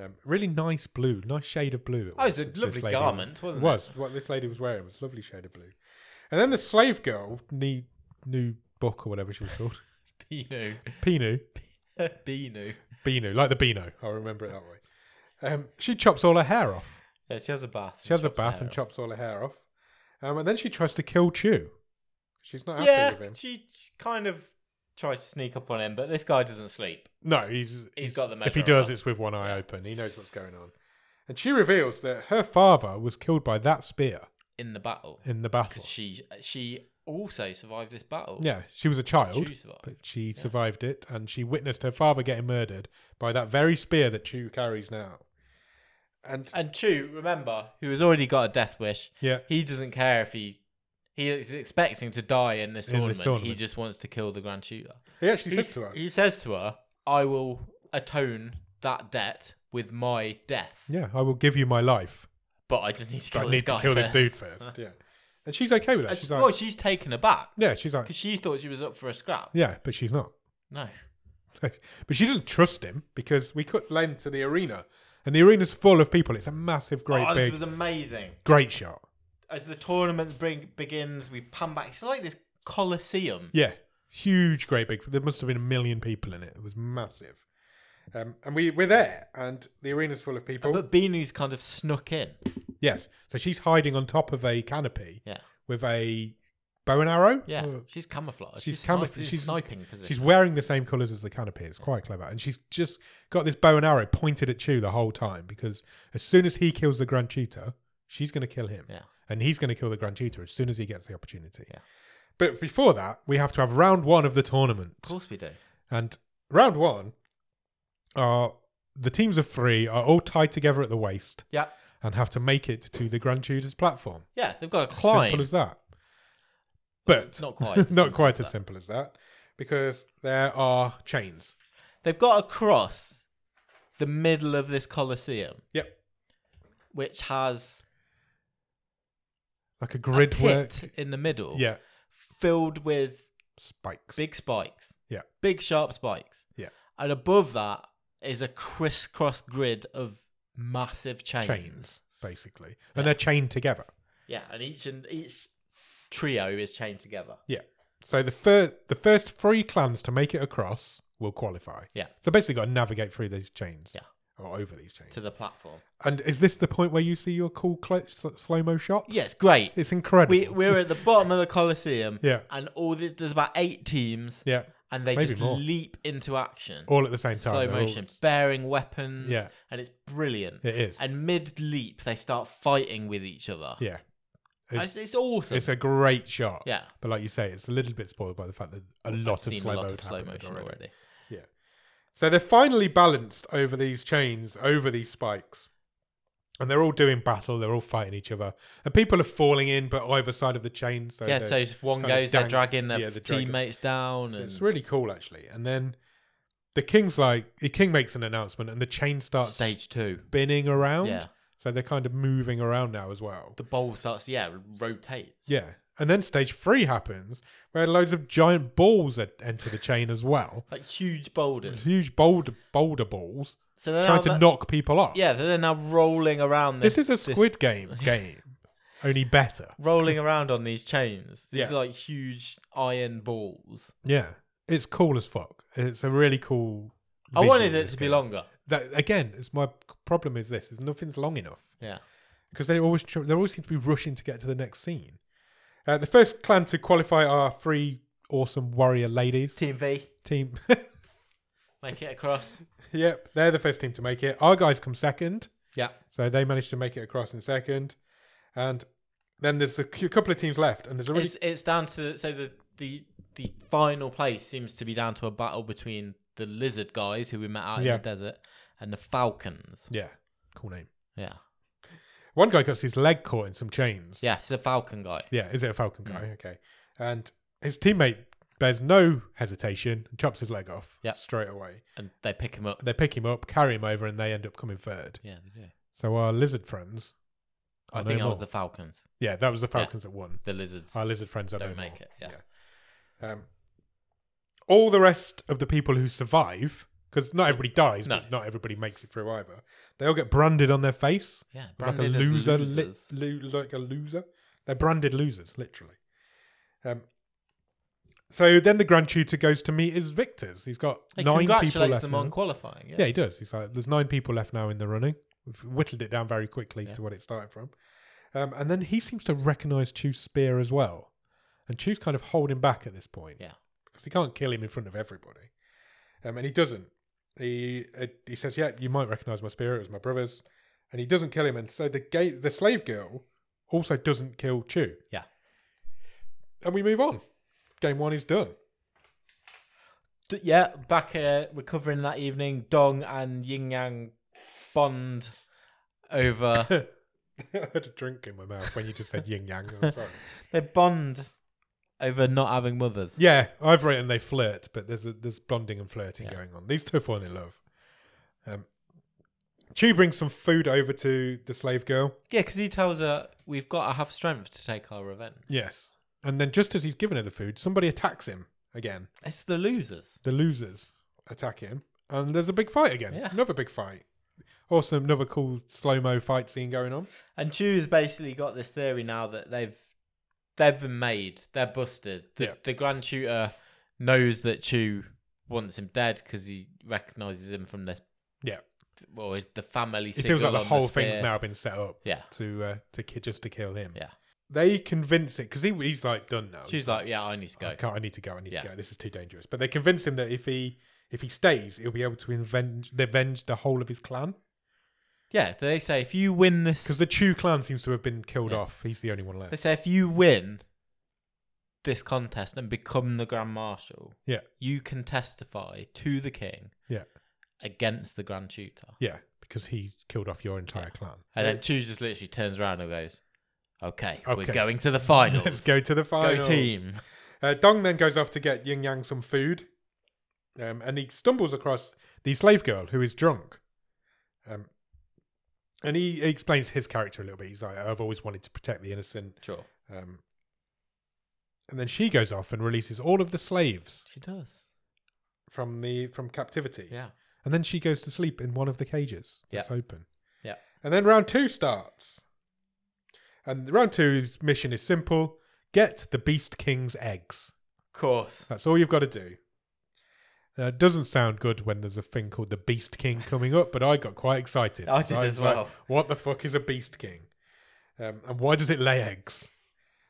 S1: Um, really nice blue, nice shade of blue.
S2: Oh, it's a
S1: this
S2: lovely
S1: lady-
S2: garment, wasn't it?
S1: was. What this lady was wearing was a lovely shade of blue. And then the slave girl, new, new book or whatever she was called,
S2: Binu.
S1: Pinu,
S2: Binu.
S1: Binu, like the Beano. I remember it that way. Um, she chops all her hair off.
S2: Yeah, she has a bath.
S1: She has a bath and chops all her hair off. Um, and then she tries to kill Chew. She's not happy
S2: Yeah,
S1: with him.
S2: she she kind of tries to sneak up on him, but this guy doesn't sleep.
S1: No, he's
S2: He's got the
S1: If he
S2: measure
S1: does,
S2: up.
S1: it's with one eye open. He knows what's going on. And she reveals that her father was killed by that spear
S2: in the battle
S1: in the battle.
S2: because she she also survived this battle.
S1: yeah, she was a child,
S2: Chu survived.
S1: but she survived it, and she witnessed her father getting murdered by that very spear that Chu carries now. And
S2: And Chu, remember, who has already got a death wish,
S1: yeah,
S2: he doesn't care if he he is expecting to die in this,
S1: In this
S2: tournament. He
S1: tournament.
S2: just wants to kill the Grand Tutor.
S1: he actually
S2: He-
S1: says to her,
S2: He says to her, "I will atone that debt with my death,
S1: "Yeah, I will give you my life,
S2: but I just need to
S1: but
S2: kill
S1: I
S2: this
S1: need to
S2: guy
S1: kill
S2: first.
S1: this dude first. Yeah, and she's okay with that.
S2: And
S1: She's
S2: she-
S1: like,
S2: well, she's taken aback
S1: yeah, she's like,
S2: because she thought she was up for a scrap.
S1: yeah, but she's not.
S2: No,
S1: but she doesn't trust him because we cut Len to the arena, and the arena's full of people. It's a massive, great,
S2: oh, this
S1: big,
S2: was amazing.
S1: great shot.
S2: As the tournament bring, begins, we pan back. It's like this coliseum.
S1: Yeah, huge, great, big. There must have been a million people in it. It was massive. Um, and we we're there, and the arena's full of people.
S2: But Beanie's kind of snuck in.
S1: yes, so she's hiding on top of a canopy
S2: Yeah.
S1: with a bow and arrow.
S2: Yeah.
S1: Or-
S2: she's camouflaged.
S1: She's
S2: She's, camouflaged.
S1: camouf- she's-
S2: she's sniping position.
S1: She's wearing the same colours as the canopy. It's quite clever. And she's just got this bow and arrow pointed at Chu the whole time because as soon as he kills the Grand Tutor, she's going to kill him.
S2: Yeah.
S1: and he's going to kill the Grand Tutor as soon as he gets the opportunity.
S2: Yeah.
S1: But before that, we have to have round one of the tournament.
S2: Of course we do.
S1: And round one are the teams of three are all tied together at the waist
S2: Yeah.
S1: and have to make it to the Grand Tutor's platform.
S2: Yeah, they've got to climb.
S1: Simple as that. But
S2: Not quite as
S1: not
S2: simple
S1: quite
S2: as
S1: as
S2: that.
S1: simple as that, because there are chains.
S2: They've got to cross the middle of this Colosseum,
S1: Yep,
S2: which has
S1: like a grid work.
S2: pit in the middle,
S1: Yeah,
S2: filled with
S1: spikes.
S2: big spikes.
S1: Yeah.
S2: Big sharp spikes.
S1: Yeah.
S2: And above that is a crisscross grid of massive chains.
S1: chains, basically, and they're chained together.
S2: Yeah, and each and each trio is chained together.
S1: Yeah. So the first the first three clans to make it across will qualify.
S2: Yeah.
S1: So basically, got to navigate through these chains.
S2: Yeah.
S1: Or over these chains.
S2: To the platform.
S1: And is this the point where you see your cool clo- slow mo shot?
S2: Yeah, it's great.
S1: It's incredible.
S2: We we're at the bottom of the Colosseum.
S1: Yeah.
S2: And all the, there's about eight teams
S1: yeah.
S2: and they
S1: Maybe
S2: just
S1: more.
S2: leap into action.
S1: All at the same time.
S2: slow
S1: They're all-
S2: motion, bearing weapons.
S1: Yeah.
S2: And it's brilliant.
S1: It is.
S2: And mid leap they start fighting with each other.
S1: yeah. It's,
S2: It's, it's awesome.
S1: it's a great shot.
S2: yeah.
S1: But like you say, it's a little bit spoiled by the fact that a lot of
S2: seen
S1: slow
S2: a
S1: mo
S2: lot of slow
S1: happened
S2: motion
S1: already.
S2: already.
S1: So they're finally balanced over these chains, over these spikes. And they're all doing battle, they're all fighting each other. And people are falling in, but either side of the chain. So
S2: yeah,
S1: they're-
S2: so um, if one
S1: kind of
S2: goes, they're
S1: dang-
S2: dragging their
S1: yeah, they're dragging-
S2: teammates down, and
S1: it's really cool, actually. And then the king's like, the king makes an announcement, and the chain starts
S2: stage two,
S1: spinning around.
S2: Yeah.
S1: So they're kind of moving around now as well.
S2: the bowl starts, yeah, rotates.
S1: yeah. And then stage three happens, where loads of giant balls en- enter the chain as well.
S2: like huge boulders.
S1: Huge boulder, boulder balls
S2: So they're
S1: Mm-hmm. trying
S2: now,
S1: to knock people off.
S2: yeah, they're now rolling around.
S1: This is a Squid Game game, only better.
S2: rolling around on these chains. These
S1: Yeah.
S2: are like huge iron balls.
S1: Yeah, it's cool as fuck. It's a really cool.
S2: I wanted
S1: visual,
S2: it
S1: this
S2: to be
S1: game.
S2: longer.
S1: That again, it's my problem. Is this? Is nothing's long enough
S2: Yeah,
S1: because they always tr- they always seem to be rushing to get to the next scene. Uh, the first clan to qualify are three awesome warrior ladies
S2: Team V,
S1: team.
S2: make it across.
S1: yep, they're the first team to make it. Our guys come second.
S2: Yeah,
S1: So they managed to make it across in second, and then there's a c- couple of teams left, and there's a really
S2: it's it's down to so the the the final place seems to be down to a battle between the lizard guys who we met out
S1: Yeah.
S2: in the desert and the falcons.
S1: yeah, cool name.
S2: Yeah,
S1: One guy got his leg caught in some chains.
S2: yeah, Mm. it's a falcon guy.
S1: Yeah, is it a Falcon guy? Okay. And his teammate bears no hesitation and chops his leg off
S2: Yep.
S1: straight away.
S2: and they pick him up.
S1: They pick him up, carry him over, and they end up coming third.
S2: Yeah, they do.
S1: So our lizard friends.
S2: I,
S1: are no
S2: think that was
S1: more.
S2: the Falcons.
S1: Yeah, that was the Falcons that won.
S2: The lizards
S1: Our lizard friends are
S2: don't
S1: no
S2: make
S1: more.
S2: it. Yeah.
S1: Um, all the rest of the people who survive, because not everybody dies,
S2: No.
S1: but not everybody makes it through either. They all get branded on their face,
S2: Yeah,
S1: like a
S2: branded as
S1: loser, li-
S2: losers.
S1: lo- like a loser. They're branded losers, literally. Um, so then the Grand Tutor goes to meet his victors. He's got
S2: He
S1: nine people
S2: congratulates
S1: left.
S2: them
S1: now.
S2: on qualifying. Yeah.
S1: yeah, he does. He's like, there's nine people left now in the running. We've whittled it down very quickly
S2: Yeah.
S1: to what it started from. Um, and then he seems to recognise Chu's spear as well. And Chu's kind of holding back at this point.
S2: Yeah.
S1: Because he can't kill him in front of everybody. Um, and he doesn't. He uh, he says, yeah, you might recognise my spear. It was my brother's. And he doesn't kill him. And so the, gay, the slave girl also doesn't kill Chu.
S2: Yeah.
S1: And we move on. Game one is done.
S2: D- yeah, back uh, recovering that evening, Dong and Yin Yang bond over.
S1: I had a drink in my mouth when you just said yin yang. I'm sorry.
S2: they bond over not having mothers.
S1: Yeah, I've written they flirt, but there's a, there's bonding and flirting
S2: Yeah.
S1: going on. These two fall in love. Um, Chu brings some food over to the slave girl.
S2: Yeah, because he tells her we've got to have strength to take our revenge.
S1: Yes, and then just as he's giving her the food, somebody attacks him again.
S2: It's the losers.
S1: The losers attack him, and there's a big fight again.
S2: Yeah.
S1: Another big fight. Also, another cool slow mo fight scene going on.
S2: And Chew's basically got this theory now that they've they've been made. They're busted. The,
S1: Yeah.
S2: the Grand Tutor knows that Chew wants him dead because he recognizes him from this.
S1: Yeah.
S2: Well, it's the family.
S1: It feels like
S2: signal
S1: the
S2: on
S1: whole thing's
S2: spear.
S1: now been set up
S2: Yeah.
S1: to uh, to ki- just to kill him.
S2: Yeah.
S1: They convince it because he, he's like done now.
S2: Chew's like, yeah, I need to
S1: I
S2: go.
S1: can't. I need to go. I need
S2: Yeah.
S1: to go. This is too dangerous. But they convince him that if he if he stays, he'll be able to avenge, avenge the whole of his clan.
S2: Yeah, they say if you win this,
S1: Because the Chu clan seems to have been killed
S2: Yeah.
S1: off. He's the only one left.
S2: they say if you win this contest and become the Grand Marshal,
S1: Yeah.
S2: you can testify to the king,
S1: Yeah.
S2: against the Grand Tutor.
S1: Yeah, because he killed off your entire clan.
S2: And then two just literally turns around and goes, "Okay, we're
S1: Okay.
S2: going to the finals.
S1: Let's go to the
S2: Go
S1: final.
S2: team."
S1: Uh, Dong then goes off to get Yin Yang some food, um, and he stumbles across the slave girl who is drunk. Um, and he, he explains his character a little bit. He's like, "I've always wanted to protect the innocent."
S2: Sure,
S1: Um, and then she goes off and releases all of the slaves
S2: she does.
S1: from the from captivity.
S2: Yeah,
S1: And then she goes to sleep in one of the cages that's open.
S2: Yeah.
S1: And then round two starts. And round two's mission is simple: get the Beast King's eggs.
S2: of course.
S1: That's all you've got to do. Now, it doesn't sound good when there's a thing called the Beast King coming up, but I got quite excited.
S2: I did
S1: was
S2: as
S1: like,
S2: well.
S1: what the fuck is a Beast King? Um, and why does it lay eggs?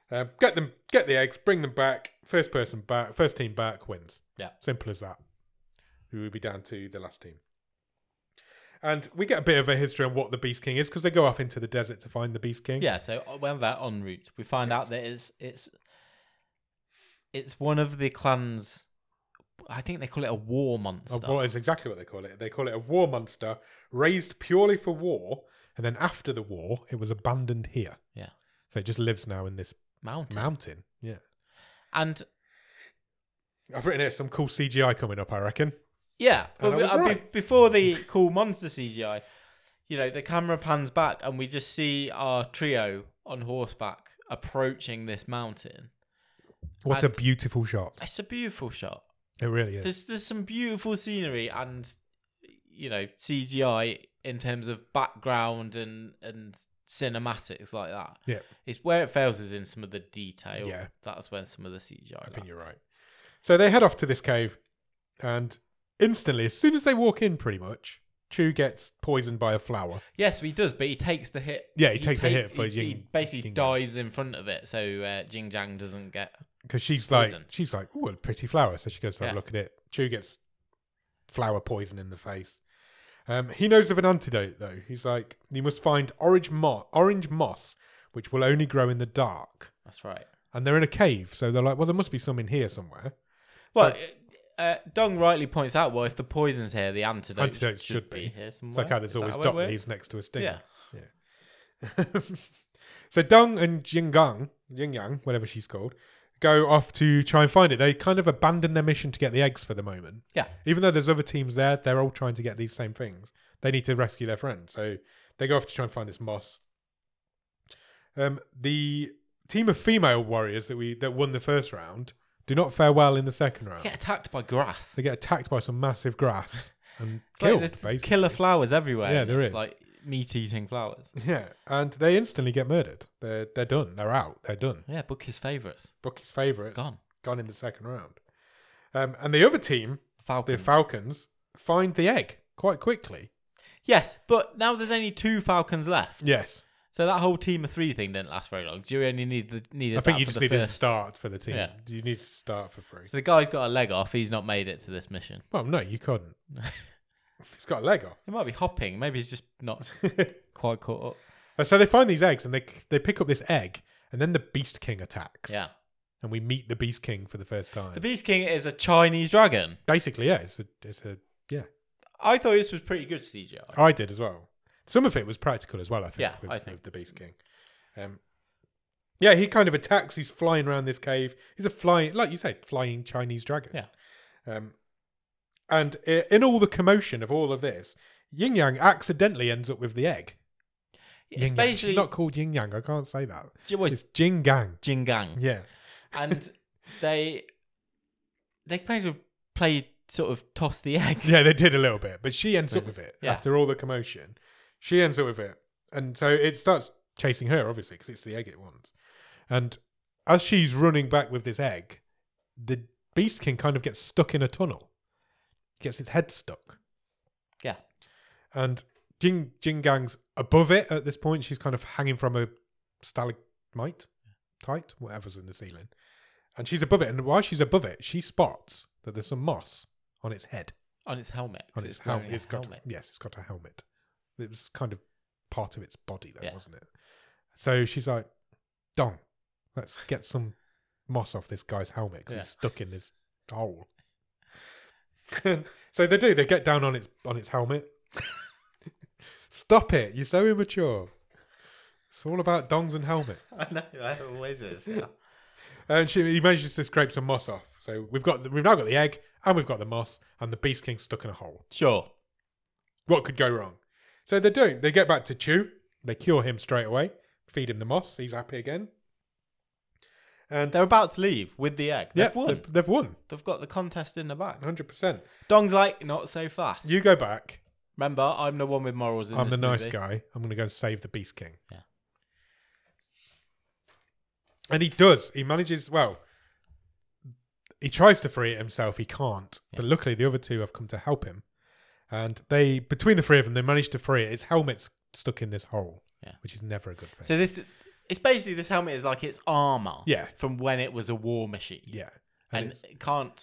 S1: Uh, get them, get the eggs, bring them back. First person back, first team back wins.
S2: Yeah.
S1: simple as that. We will be down to the last team. And we get a bit of a history on what the Beast King is because they go off into the desert to find the Beast King.
S2: Yeah, so uh, when they're en route, we find
S1: Yes.
S2: out that it's it's it's one of the clans. I think they call it a war monster.
S1: A war is exactly what they call it. They call it a war monster raised purely for war, and then after the war, it was abandoned here.
S2: Yeah.
S1: So it just lives now in this
S2: mountain.
S1: mountain. Yeah.
S2: And
S1: I've written here some cool CGI coming up, I reckon.
S2: yeah,
S1: And
S2: well,
S1: I
S2: we-
S1: was
S2: uh, be-
S1: right.
S2: before the cool monster CGI, you know, the camera pans back and we just see our trio on horseback approaching this mountain.
S1: What
S2: And-
S1: a beautiful shot.
S2: It's a beautiful shot.
S1: It really is.
S2: There's there's some beautiful scenery and you know CGI in terms of background and and cinematics like that.
S1: Yeah.
S2: it's where it fails is in some of the detail.
S1: Yeah.
S2: that's when some of the CGI.
S1: I think you're
S2: lacks.
S1: right. So they head off to this cave, and instantly, as soon as they walk in, pretty much, Chu gets poisoned by a flower.
S2: Yes, he does, but he takes the hit.
S1: Yeah, he takes a
S2: take-
S1: hit for
S2: he, he
S1: Ying-
S2: basically
S1: Ying Yang.
S2: dives in front of it, so uh, Jing Jang doesn't get.
S1: because she's like
S2: Poison.
S1: she's like oh a pretty flower so she goes to have
S2: Yeah.
S1: a look at it chu gets flower poison in the face um, he knows of an antidote though he's like you must find orange, mo- orange moss which will only grow in the dark
S2: That's right.
S1: and they're in a cave so they're like well there must be some in here somewhere
S2: Well, uh, Dong rightly points out, well, if the poison's here, the antidote,
S1: Antidote
S2: should,
S1: should
S2: be.
S1: be.
S2: here
S1: it's
S2: somewhere.
S1: like how there's
S2: Is that
S1: always
S2: how it
S1: dock
S2: works?
S1: leaves next to a sting
S2: Yeah.
S1: so dong and jingang ying yang whatever she's called go off to try and find it they kind of abandon their mission to get the eggs for the moment
S2: Yeah.
S1: even though there's other teams there, they're all trying to get these same things. They need to rescue their friend, so they go off to try and find this moss. Um, the team of female warriors that we that won the first round do not fare well in the second round.
S2: Get attacked by grass.
S1: They get attacked by some massive grass and
S2: It's like
S1: killed.
S2: there's
S1: basically.
S2: killer flowers everywhere.
S1: Yeah,
S2: and
S1: there
S2: it's
S1: is.
S2: Like meat eating flowers.
S1: yeah, and they instantly get murdered. They're they're done. They're out. They're done.
S2: Yeah, book his favourites.
S1: Bucky's favourites
S2: Gone.
S1: gone in the second round. Um, and the other team,
S2: Falcon.
S1: the Falcons, find the egg quite quickly.
S2: yes, but now there's only two Falcons left.
S1: Yes.
S2: So that whole team of three thing didn't last very long. Do you only need the needed?
S1: I think
S2: that
S1: you
S2: for
S1: just
S2: the
S1: need to
S2: first-
S1: start for the team.
S2: Yeah.
S1: You need to start for free.
S2: So the guy's got a leg off. He's not made it to this mission.
S1: Well, no, you couldn't. He's got a leg off.
S2: He might be hopping. Maybe he's just not quite caught up.
S1: And so they find these eggs and they they pick up this egg, and then the Beast King attacks.
S2: Yeah.
S1: And we meet the Beast King for the first time.
S2: The Beast King is a Chinese dragon.
S1: Basically, yeah, it's a, it's a yeah.
S2: I thought this was pretty good CGI.
S1: I did as well. Some of it was practical as well. I think.
S2: Yeah,
S1: with,
S2: I think.
S1: with the Beast King. Um, yeah, he kind of attacks. He's flying around this cave. He's a flying, like you said, flying Chinese dragon.
S2: Yeah.
S1: Um, and i- in all the commotion of all of this, Yin Yang accidentally ends up with the egg.
S2: It's
S1: Yin Yang.
S2: basically
S1: She's not called Yin Yang. I can't say that.
S2: Jin- what is
S1: It's Jing Gang.
S2: Jin Gang,
S1: Yeah.
S2: and they they kind of played sort of toss the egg.
S1: Yeah, they did a little bit, but she ends up with it
S2: Yeah.
S1: after all the commotion. She ends up with it, and so it starts chasing her, obviously, because it's the egg it wants. And as she's running back with this egg, the Beast King kind of gets stuck in a tunnel, gets its head stuck,
S2: Yeah,
S1: and Jing Jing Gang's above it at this point. She's kind of hanging from a stalagmite, tight, whatever's in the ceiling, and she's above it. And while she's above it, she spots that there's some moss on its head.
S2: on its helmet. 'cause
S1: on its,
S2: wearing
S1: helmet.
S2: a
S1: It's got
S2: helmet.
S1: yes, it's got a helmet. It was kind of part of its body, though,
S2: Yeah.
S1: wasn't it? So she's like, "Dong, let's get some moss off this guy's helmet 'cause
S2: Yeah.
S1: he's stuck in this hole." so they do. They get down on its on its helmet. Stop it! You're so immature. It's all about dongs and helmet.
S2: I know, that always is. Yeah.
S1: And she, he manages to scrape some moss off. So we've got the, we've now got the egg and we've got the moss and the beast king stuck in a hole.
S2: Sure.
S1: What could go wrong? So they do. They get back to Chew. They cure him straight away. Feed him the moss. He's happy again. And uh,
S2: They're about to leave with the egg. They've
S1: yeah,
S2: won.
S1: They've, they've won.
S2: They've got the contest in the bag.
S1: 100%.
S2: Dong's like, not so fast.
S1: You go back.
S2: Remember, I'm the one with morals in
S1: I'm the
S2: this
S1: nice
S2: movie.
S1: guy. I'm going to go and save the beast king.
S2: Yeah.
S1: And he does. He manages, well, he tries to free it himself. He can't. But luckily, the other two have come to help him. And they, between the three of them, they manage to free it. His helmet's stuck in this hole,
S2: Yeah.
S1: which is never a good thing.
S2: So this, it's basically this helmet is like its armor.
S1: Yeah.
S2: From when it was a war machine.
S1: yeah. And,
S2: And it can't.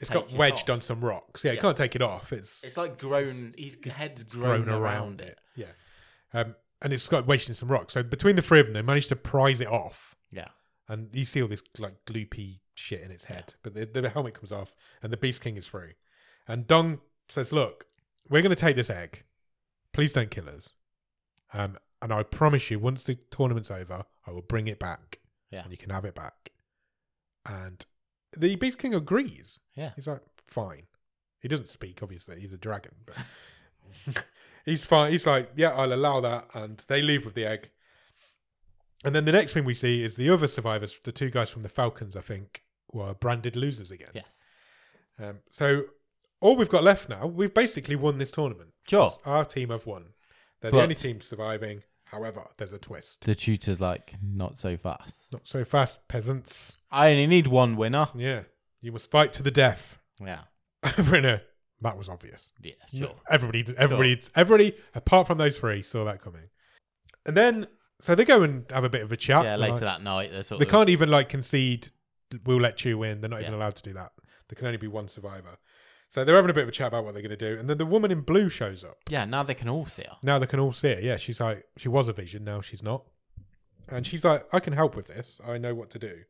S1: it's
S2: take
S1: got
S2: it
S1: wedged
S2: off.
S1: on some rocks. Yeah, you
S2: Yeah.
S1: can't take it off. It's,
S2: It's like grown. His head's grown,
S1: grown
S2: around,
S1: around
S2: it.
S1: it. Yeah. Um, and it's got wedged in some rocks. So between the three of them, they manage to prise it off.
S2: Yeah.
S1: and you see all this like gloopy shit in its head. But the, the helmet comes off, and the Beast King is free. And Dong says, "Look, we're going to take this egg. Please don't kill us. Um, and I promise you, once the tournament's over, I will bring it back.
S2: Yeah.
S1: and you can have it back." And the Beast King agrees.
S2: Yeah.
S1: He's like, "Fine." He doesn't speak, obviously. He's a dragon, but he's fine. He's like, "Yeah, I'll allow that." And they leave with the egg. And then the next thing we see is the other survivors, the two guys from the Falcons, I think, were branded losers again.
S2: Yes.
S1: Um, so all we've got left now, we've basically won this tournament.
S2: Sure.
S1: Our team have won. They're the
S2: Oh. But-
S1: only team surviving. However, there's a twist.
S2: The tutor's like, not so fast.
S1: Not so fast, peasants.
S2: I only need one winner.
S1: Yeah. You must fight to the death.
S2: Yeah.
S1: Brenner, that was obvious.
S2: Yeah.
S1: No, everybody, everybody, everybody, apart from those three, saw that coming. And then, so they go and have a bit of a chat.
S2: Yeah,
S1: They're
S2: later
S1: like-
S2: that night, they're sort
S1: They
S2: of
S1: can't even like concede. We'll let you win. They're not even
S2: Yeah.
S1: allowed to do that. There can only be one survivor. So they're having a bit of a chat about what they're going to do, and then the woman in blue shows up.
S2: Yeah, now they can all see her.
S1: Now they can all see it. Yeah, she's like she was a vision. Now she's not, and she's like, I can help with this. I know what to do.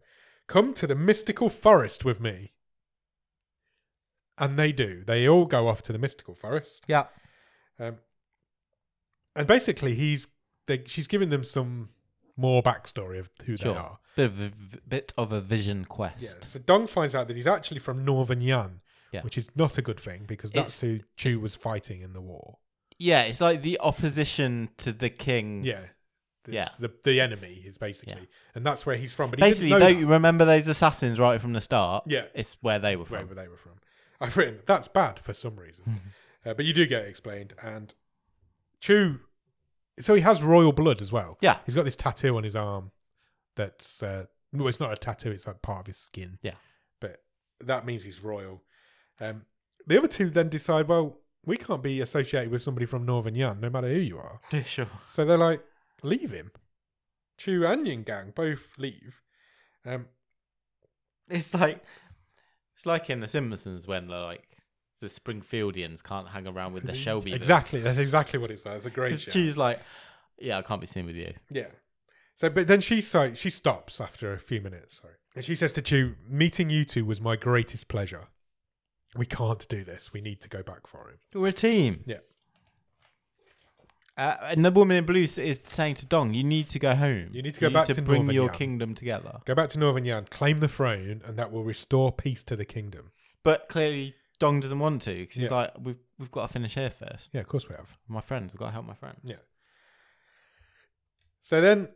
S1: Come to the mystical forest with me. And they do. They all go off to the mystical forest.
S2: Yeah.
S1: Um, and basically, he's they, she's giving them some more backstory of who
S2: Sure.
S1: they are.
S2: Bit of a, v- bit of a vision quest.
S1: Yeah, so Dong finds out that he's actually from Northern Yan,
S2: Yeah.
S1: which is not a good thing because that's who Chu was fighting in the war.
S2: Yeah, it's like the opposition to the king.
S1: Yeah. It's
S2: Yeah.
S1: The, the enemy is basically, and that's where he's from. But he
S2: Basically,
S1: didn't know
S2: don't
S1: that.
S2: you remember those assassins right from the start?
S1: Yeah.
S2: It's where they were
S1: where
S2: from.
S1: they were from. I've written that's bad for some
S2: Hmm.
S1: reason, uh, but you do get it explained. And Chu, so he has royal blood as well.
S2: Yeah.
S1: he's got this tattoo on his arm. That's uh, well, it's not a tattoo; it's like part of his skin.
S2: Yeah.
S1: but that means he's royal. Um, the other two then decide, well, we can't be associated with somebody from Northern Yan, no matter who you are.
S2: Yeah, sure.
S1: So they're like, leave him. Chu and Yin Gang both leave. Um,
S2: It's like it's like in The Simpsons when the, like the Springfieldians can't hang around with the Shelby.
S1: exactly. That's exactly what it's like. It's a great show.
S2: She's like, yeah, I can't be seen with you.
S1: Yeah. So, but then she so she stops after a few minutes. Sorry, and she says to Chu, "Meeting you two was my greatest pleasure. We can't do this. We need to go back for him."
S2: We're a team.
S1: Yeah.
S2: Uh, and the woman in blue s- is saying to Dong, "You need to go home.
S1: You need to go back to
S2: bring
S1: Northern
S2: your
S1: Yan."
S2: kingdom together."
S1: Go back to Northern Yan, claim the throne, and that will restore peace to the kingdom.
S2: But clearly, Dong doesn't want to because he's
S1: Yeah.
S2: like, "We've we've got to finish here first.
S1: Yeah, of course we have.
S2: My friends, I've got to help my friends."
S1: Yeah. So then,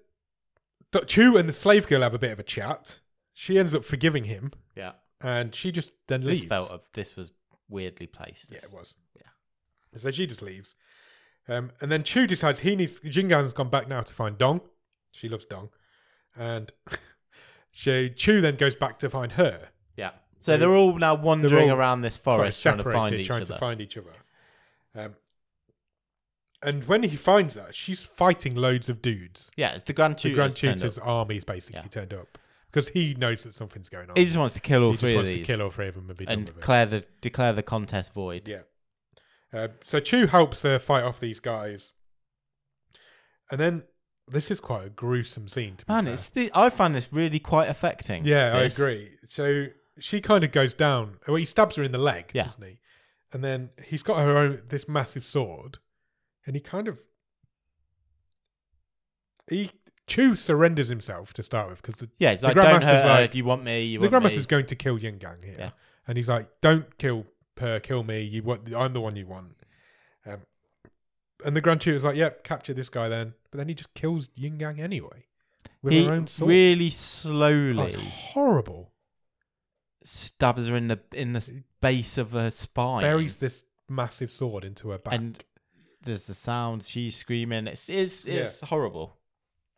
S1: Dr. Chu and the slave girl have a bit of a chat. She ends up forgiving him,
S2: Yeah,
S1: and she just then
S2: this
S1: leaves.
S2: felt of this was weirdly placed.
S1: Yeah, it was.
S2: Yeah.
S1: So she just leaves. Um, and then Chu decides he needs. Jingan's gone back now to find Dong. She loves Dong. And so Chu then goes back to find her.
S2: Yeah. So, they're all now wandering
S1: all
S2: around this forest
S1: Sort
S2: trying
S1: of
S2: to find
S1: separated,
S2: each
S1: trying
S2: other.
S1: to find each other. Um, and when he finds her, she's fighting loads of dudes.
S2: yeah, it's the Grand
S1: The
S2: Tutors.
S1: Grand
S2: turned
S1: Tutor's
S2: up.
S1: army is basically
S2: Yeah.
S1: turned up because he knows that something's going on.
S2: He just wants to kill all
S1: he
S2: three
S1: just wants
S2: of
S1: to
S2: these
S1: kill all three of them and be done
S2: and
S1: with it.
S2: declare the declare the contest void.
S1: Yeah. Uh, so Chu helps her fight off these guys. And then this is quite a gruesome scene. To be
S2: Man,
S1: fair.
S2: it's the, I find this really quite affecting.
S1: yeah, I
S2: this.
S1: agree. So she kind of goes down. Well, he stabs her in the leg,
S2: Yeah.
S1: doesn't he? And then he's got her own this massive sword, and he kind of he Chu surrenders himself to start with because the
S2: Yeah, it's
S1: The
S2: like don't
S1: Grandmaster's
S2: hurt. her,
S1: like-
S2: you want me? You
S1: the
S2: want me.
S1: grandmaster's going to kill Yin Gang here,
S2: Yeah.
S1: and he's like, "Don't kill her, kill me. You want? I'm the one you want." Um, and the grand tutor's like, "Yep, capture this guy then." But then he just kills Yin Gang anyway with
S2: he
S1: her own sword.
S2: really
S1: Oh,
S2: slowly
S1: it's horrible.
S2: stabs her in the in the base of her spine.
S1: Buries this massive sword into her back.
S2: and there's the sounds she's screaming. It's it's,
S1: Yeah.
S2: it's horrible,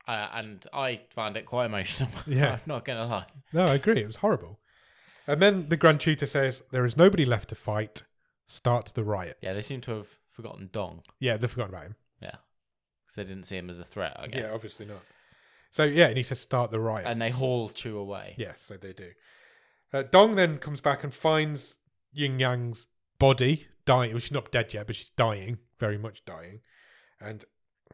S2: uh, and I found it quite emotional.
S1: Yeah.
S2: I'm not gonna lie.
S1: No, I agree. It was horrible. And then the grand tutor says, "There is nobody left to fight. Start the riots."
S2: Yeah, they seem to have forgotten Dong
S1: yeah, they forgot about him.
S2: because they didn't see him as a threat. I guess.
S1: Yeah, obviously not. So yeah, and he says, "Start the riots."
S2: and they haul Chu away.
S1: Yes, so they do. Uh, Dong then comes back and finds Yin Yang's body dying. Well, she's not dead yet, but she's dying, very much dying. And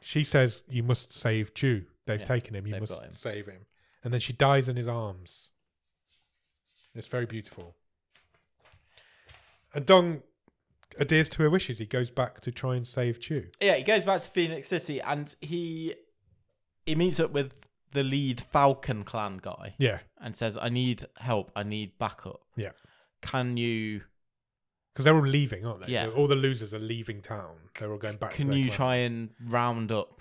S1: she says, "You must save Chu. They've
S2: Yeah,
S1: taken him. You
S2: they've
S1: must
S2: got him."
S1: save him." And then she dies in his arms. It's very beautiful. And Dong adheres to her wishes. He goes back to try and save Chu.
S2: yeah, he goes back to Phoenix City and he he meets up with the lead Falcon Clan guy
S1: Yeah,
S2: and says, "I need help. I need backup.
S1: Yeah.
S2: can you
S1: because they're all leaving, aren't they?
S2: Yeah.
S1: all the losers are leaving town. They're all going back. to
S2: can
S1: their
S2: you
S1: clans.
S2: try and round up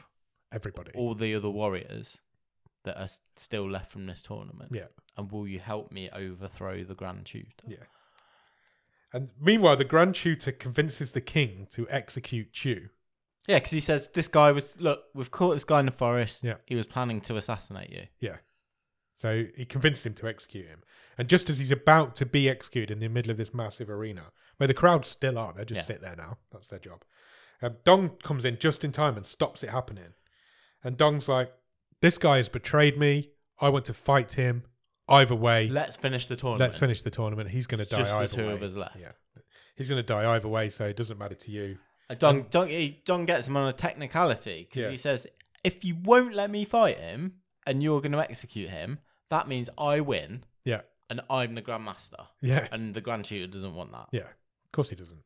S1: everybody?
S2: all the other warriors that are s- still left from this tournament?
S1: Yeah.
S2: and will you help me overthrow the Grand Tutor?
S1: Yeah. And meanwhile, the Grand Tutor convinces the king to execute Chu.
S2: Yeah, because he says this guy was look, we've caught this guy in the forest.
S1: Yeah.
S2: he was planning to assassinate you.
S1: So he convinces him to execute him. And just as he's about to be executed in the middle of this massive arena, where the crowd still are, they just
S2: Yeah.
S1: sit there now. That's their job. Um, Dong comes in just in time and stops it happening. And Dong's like, This guy has betrayed me. I want to fight him. Either way,
S2: Let's finish the tournament.
S1: let's finish the tournament. He's going to
S2: It's
S1: die
S2: just the
S1: either
S2: two
S1: way.
S2: of us left.
S1: Yeah. He's going to die either way, so it doesn't matter to you.
S2: Uh, Don, Don, he, Don gets him on a technicality because
S1: Um, Yeah.
S2: he says, if you won't let me fight him and you're going to execute him, that means I win
S1: Yeah.
S2: and I'm the Grand Master.
S1: Yeah.
S2: And the Grand Tutor doesn't want that.
S1: Yeah, of course he doesn't.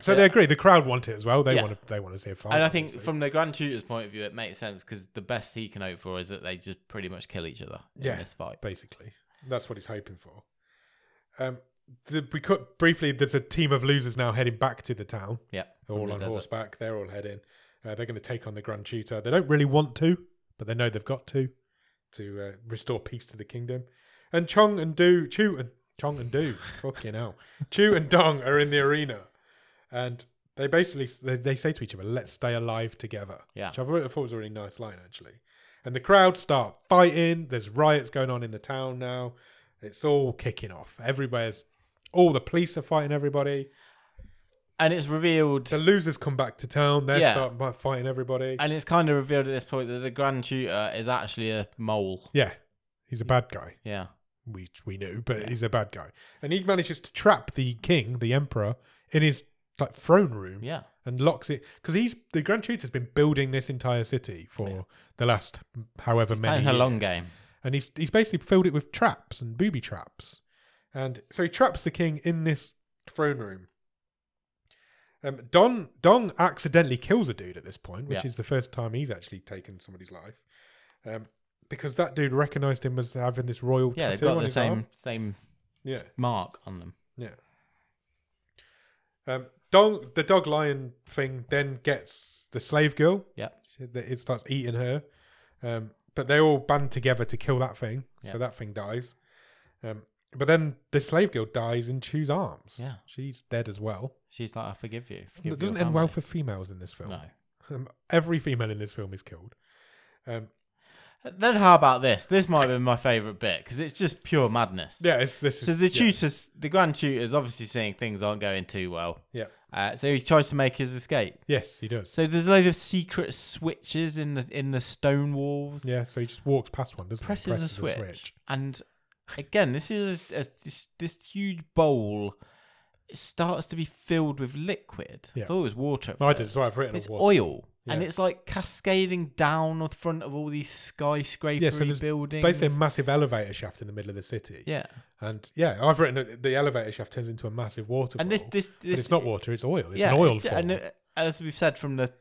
S1: So
S2: Yeah.
S1: they agree. The crowd want it as well. They
S2: Yeah.
S1: want to. They want to see a fight.
S2: And I think
S1: obviously.
S2: from the Grand Tutor's point of view, it makes sense because the best he can hope for is that they just pretty much kill each other
S1: Yeah.
S2: in this fight.
S1: basically that's what he's hoping for. Um, the, we cut briefly. There's a team of losers now heading back to the town.
S2: Yeah.
S1: They're all
S2: the
S1: on
S2: desert.
S1: horseback. They're all heading. Uh, they're going to take on the Grand Tutor. They don't really want to, but they know they've got to to uh, restore peace to the kingdom. And Chong and Do, Chu and Chong and Do, fucking hell, Chu and Dong are in the arena, and they basically they, they say to each other, "Let's stay alive together."
S2: Yeah.
S1: which I thought I thought was a really nice line actually. And the crowd start fighting. There's riots going on in the town now. It's all kicking off. Everywhere's all the police are fighting everybody.
S2: And it's revealed.
S1: The losers come back to town. They
S2: Yeah.
S1: start by fighting everybody.
S2: and it's kind of revealed at this point that the Grand Tutor is actually a mole.
S1: yeah, he's a bad guy.
S2: Yeah.
S1: We we knew, but he's a bad guy, and he manages to trap the king, the emperor, in his like throne room
S2: Yeah.
S1: and locks it because he's the Grand Tutor's been building this entire city for the last however many
S2: Playing a
S1: years.
S2: long game.
S1: and he's he's basically filled it with traps and booby traps, and so he traps the king in this throne room. Um, Don Dong accidentally kills a dude at this point, which
S2: Yeah.
S1: is the first time he's actually taken somebody's life, um, because that dude recognised him as having this royal
S2: Yeah, they've
S1: tattoo
S2: got
S1: on
S2: the
S1: his
S2: same
S1: arm.
S2: same
S1: Yeah,
S2: mark on them.
S1: yeah. Um, Dong the dog lion thing then gets the slave girl.
S2: Yeah.
S1: that it starts eating her. Um, but they all band together to kill that thing,
S2: Yeah.
S1: so that thing dies. Um, but then the slave girl dies in Chu's arms.
S2: Yeah.
S1: She's dead as well.
S2: She's like, I forgive you. Forgive your
S1: It doesn't end well
S2: family."
S1: for females in this film.
S2: No.
S1: Um, every female in this film is killed. Um,
S2: Then how about this? This might have been my favourite bit because it's just pure madness.
S1: yeah, it's, this is
S2: So the
S1: yeah.
S2: tutors, the grand tutor's obviously seeing things aren't going too well.
S1: Yeah.
S2: Uh, so he tries to make his escape.
S1: Yes, he does.
S2: So there's a load of secret switches in the in the stone walls.
S1: yeah, so he just walks past one, doesn't
S2: Presses,
S1: he?
S2: a, switch, and again, this is a, this, this huge bowl. It starts to be filled with liquid.
S1: Yeah.
S2: I thought it was water. at
S1: No, I did.
S2: first.
S1: So I've written.
S2: It's
S1: a water.
S2: oil. and
S1: Yeah.
S2: it's like cascading down the front of all these skyscraper
S1: there's
S2: buildings.
S1: Basically, a massive elevator shaft in the middle of the city.
S2: yeah,
S1: And yeah, I've written that the elevator shaft turns into a massive waterfall.
S2: and this this
S1: But
S2: this
S1: it's not water; it's oil. It's
S2: yeah,
S1: an oil
S2: it's ju-
S1: form.
S2: and uh, as we've said from the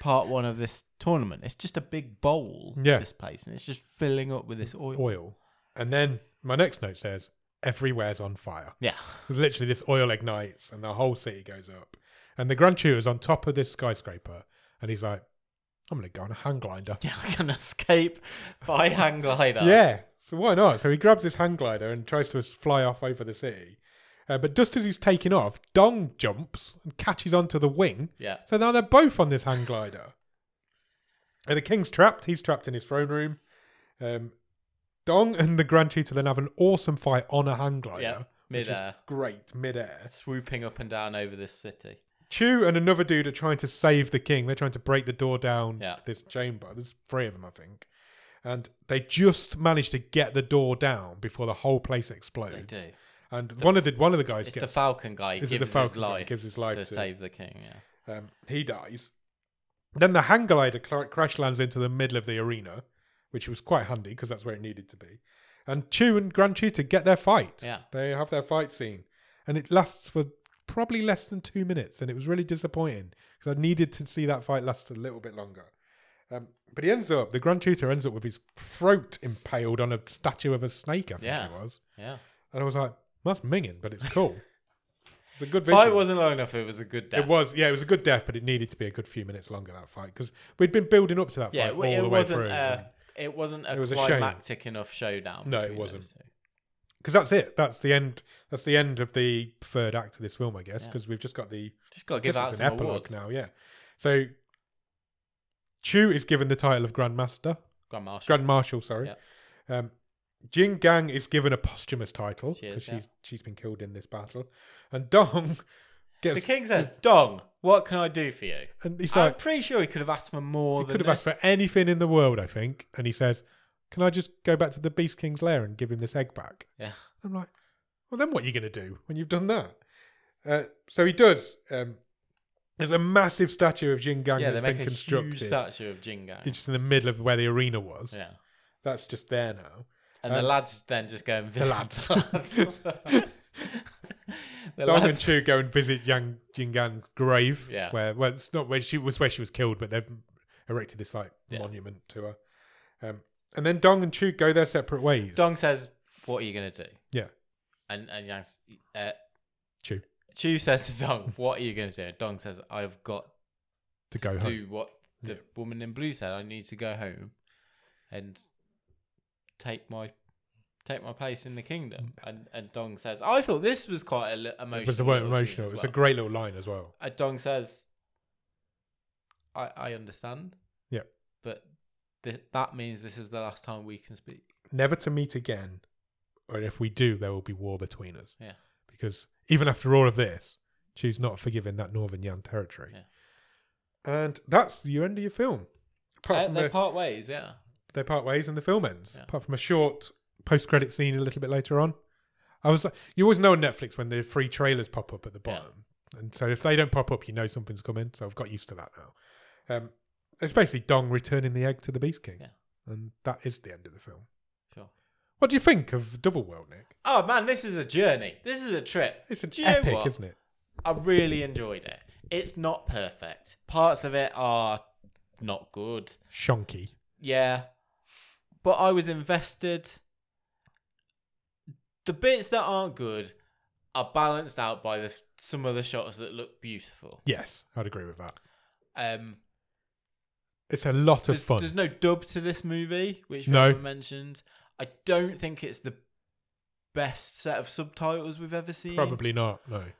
S2: part one of this tournament, it's just a big bowl.
S1: Yeah.
S2: this place, and it's just filling up with this oil.
S1: oil. And then my next note says, "Everywhere's on fire."
S2: Yeah,
S1: Literally, this oil ignites, and the whole city goes up. And the Grand Tutor's on top of this skyscraper, and he's like, "I'm gonna go on a hang glider."
S2: yeah, I can escape by hang glider.
S1: Yeah. So why not? So he grabs this hang glider and tries to fly off over the city. Uh, but just as he's taking off, Dong jumps and catches onto the wing.
S2: yeah.
S1: So now they're both on this hang glider. And the king's trapped. He's trapped in his throne room. Um, Dong and the Grand Tutor then have an awesome fight on a hang glider.
S2: Yeah,
S1: which is
S2: mid-air.
S1: Great, midair.
S2: swooping up and down over this city.
S1: Chu and another dude are trying to save the king. They're trying to break the door down
S2: Yeah.
S1: to this chamber. There's three of them, I think. And they just manage to get the door down before the whole place explodes.
S2: They do.
S1: And one of the one of the guys
S2: It's the
S1: gets
S2: Falcon guy.
S1: is
S2: Gives
S1: it the
S2: his
S1: Falcon guy
S2: life
S1: gives his life
S2: to,
S1: to-
S2: save the king. Yeah.
S1: um, he dies. Then the hang glider cl- crash lands into the middle of the arena, which was quite handy because that's where it needed to be. And Chu and Grand Tutor get their fight.
S2: Yeah.
S1: They have their fight scene. And it lasts for probably less than two minutes. And it was really disappointing because I needed to see that fight last a little bit longer. Um, but he ends up, the Grand Tutor ends up with his throat impaled on a statue of a snake, I think
S2: Yeah.
S1: it was.
S2: Yeah.
S1: And I was like, that's minging, but it's cool. it's a good visual.
S2: Fight wasn't long enough. It was a good death.
S1: It was, yeah, it was a good death, but it needed to be a good few minutes longer that fight because we'd been building up to that
S2: yeah.
S1: fight
S2: It,
S1: all
S2: it
S1: the way
S2: wasn't.
S1: through.
S2: uh, it wasn't a
S1: It was a shame.
S2: climactic enough showdown.
S1: No, it
S2: between those
S1: wasn't.
S2: two.
S1: Because that's it. That's the end. That's the end of the third act of this film, I guess.
S2: Yeah.
S1: Because we've just got the
S2: Just gotta
S1: I guess
S2: give out
S1: it's
S2: some
S1: an epilogue
S2: awards.
S1: now. Yeah. So Chu is given the title of Grand Master,
S2: Grand Marshal.
S1: Grand Marshal. Sorry. Um, Jing Gang is given a posthumous title
S2: She is,
S1: because
S2: yeah.
S1: she's she's been killed in this battle, and Dong
S2: the
S1: gets
S2: king says, "Dong, what can I do for you?"
S1: and he's
S2: I'm
S1: like
S2: pretty sure he could have asked for more.
S1: He
S2: than
S1: could have asked
S2: this.
S1: for anything in the world, I think. And he says, Can I just go back to the Beast King's lair and give him this egg back?
S2: Yeah.
S1: I'm like, Well, then what are you going to do when you've done that? Uh, so he does. Um, there's a massive statue of Jin Gang
S2: Yeah, they
S1: that's
S2: make
S1: been
S2: a
S1: constructed.
S2: huge statue of Jingo.
S1: It's just in the middle of where the arena was.
S2: Yeah.
S1: That's just there now.
S2: And the
S1: Um,
S2: lads then just go and visit
S1: lads.
S2: the
S1: Dong and
S2: lads.
S1: Chu go and visit Yang Jin Gang's grave.
S2: Yeah.
S1: Where well it's not where she was where she was killed, but they've erected this like
S2: Yeah.
S1: monument to her. Um, and then Dong and Chu go their separate ways.
S2: Dong says, "What are you gonna do?"
S1: Yeah.
S2: And and Yang, s- uh,
S1: Chu
S2: Chu says to Dong, "What are you gonna do?" And Dong says, "I've got
S1: to go
S2: to
S1: home.
S2: do what the
S1: Yeah.
S2: woman in blue said. I need to go home and take my." Take my place in the kingdom, and and Dong says, "I thought this was quite a li- emotional."
S1: It was the word
S2: little scene
S1: emotional.
S2: as
S1: It's
S2: well.
S1: a great little line as well.
S2: Uh, Dong says, "I I understand."
S1: Yeah.
S2: But th- that means this is the last time we can speak.
S1: Never to meet again, or if we do, there will be war between us.
S2: Yeah.
S1: Because even after all of this, Chu's not forgiving that Northern Yan territory. And that's your end of your film. Apart
S2: Uh,
S1: from
S2: they
S1: the-
S2: part ways, yeah.
S1: they part ways and the film ends.
S2: Yeah.
S1: Apart from a short post-credit scene a little bit later on. I was you always know on Netflix when the free trailers pop up at the
S2: Yeah.
S1: bottom, and so if they don't pop up, you know something's coming. So I've got used to that now. Um, it's basically Dong returning the egg to the Beast King,
S2: Yeah.
S1: and that is the end of the film.
S2: Sure.
S1: What do you think of Double World, Nick?
S2: Oh man, this is a journey. This is a trip.
S1: It's an
S2: Do you know
S1: epic,
S2: what?
S1: isn't it?
S2: I really enjoyed it. It's not perfect. Parts of it are not good.
S1: Shonky.
S2: Yeah. But I was invested. The bits that aren't good are balanced out by the some of the shots that look beautiful.
S1: Yes, I'd agree with that.
S2: Um
S1: It's a lot of
S2: there's,
S1: fun.
S2: there's no dub to this movie, which we
S1: No.
S2: haven't mentioned. I don't think it's the best set of subtitles we've ever seen.
S1: Probably not. No,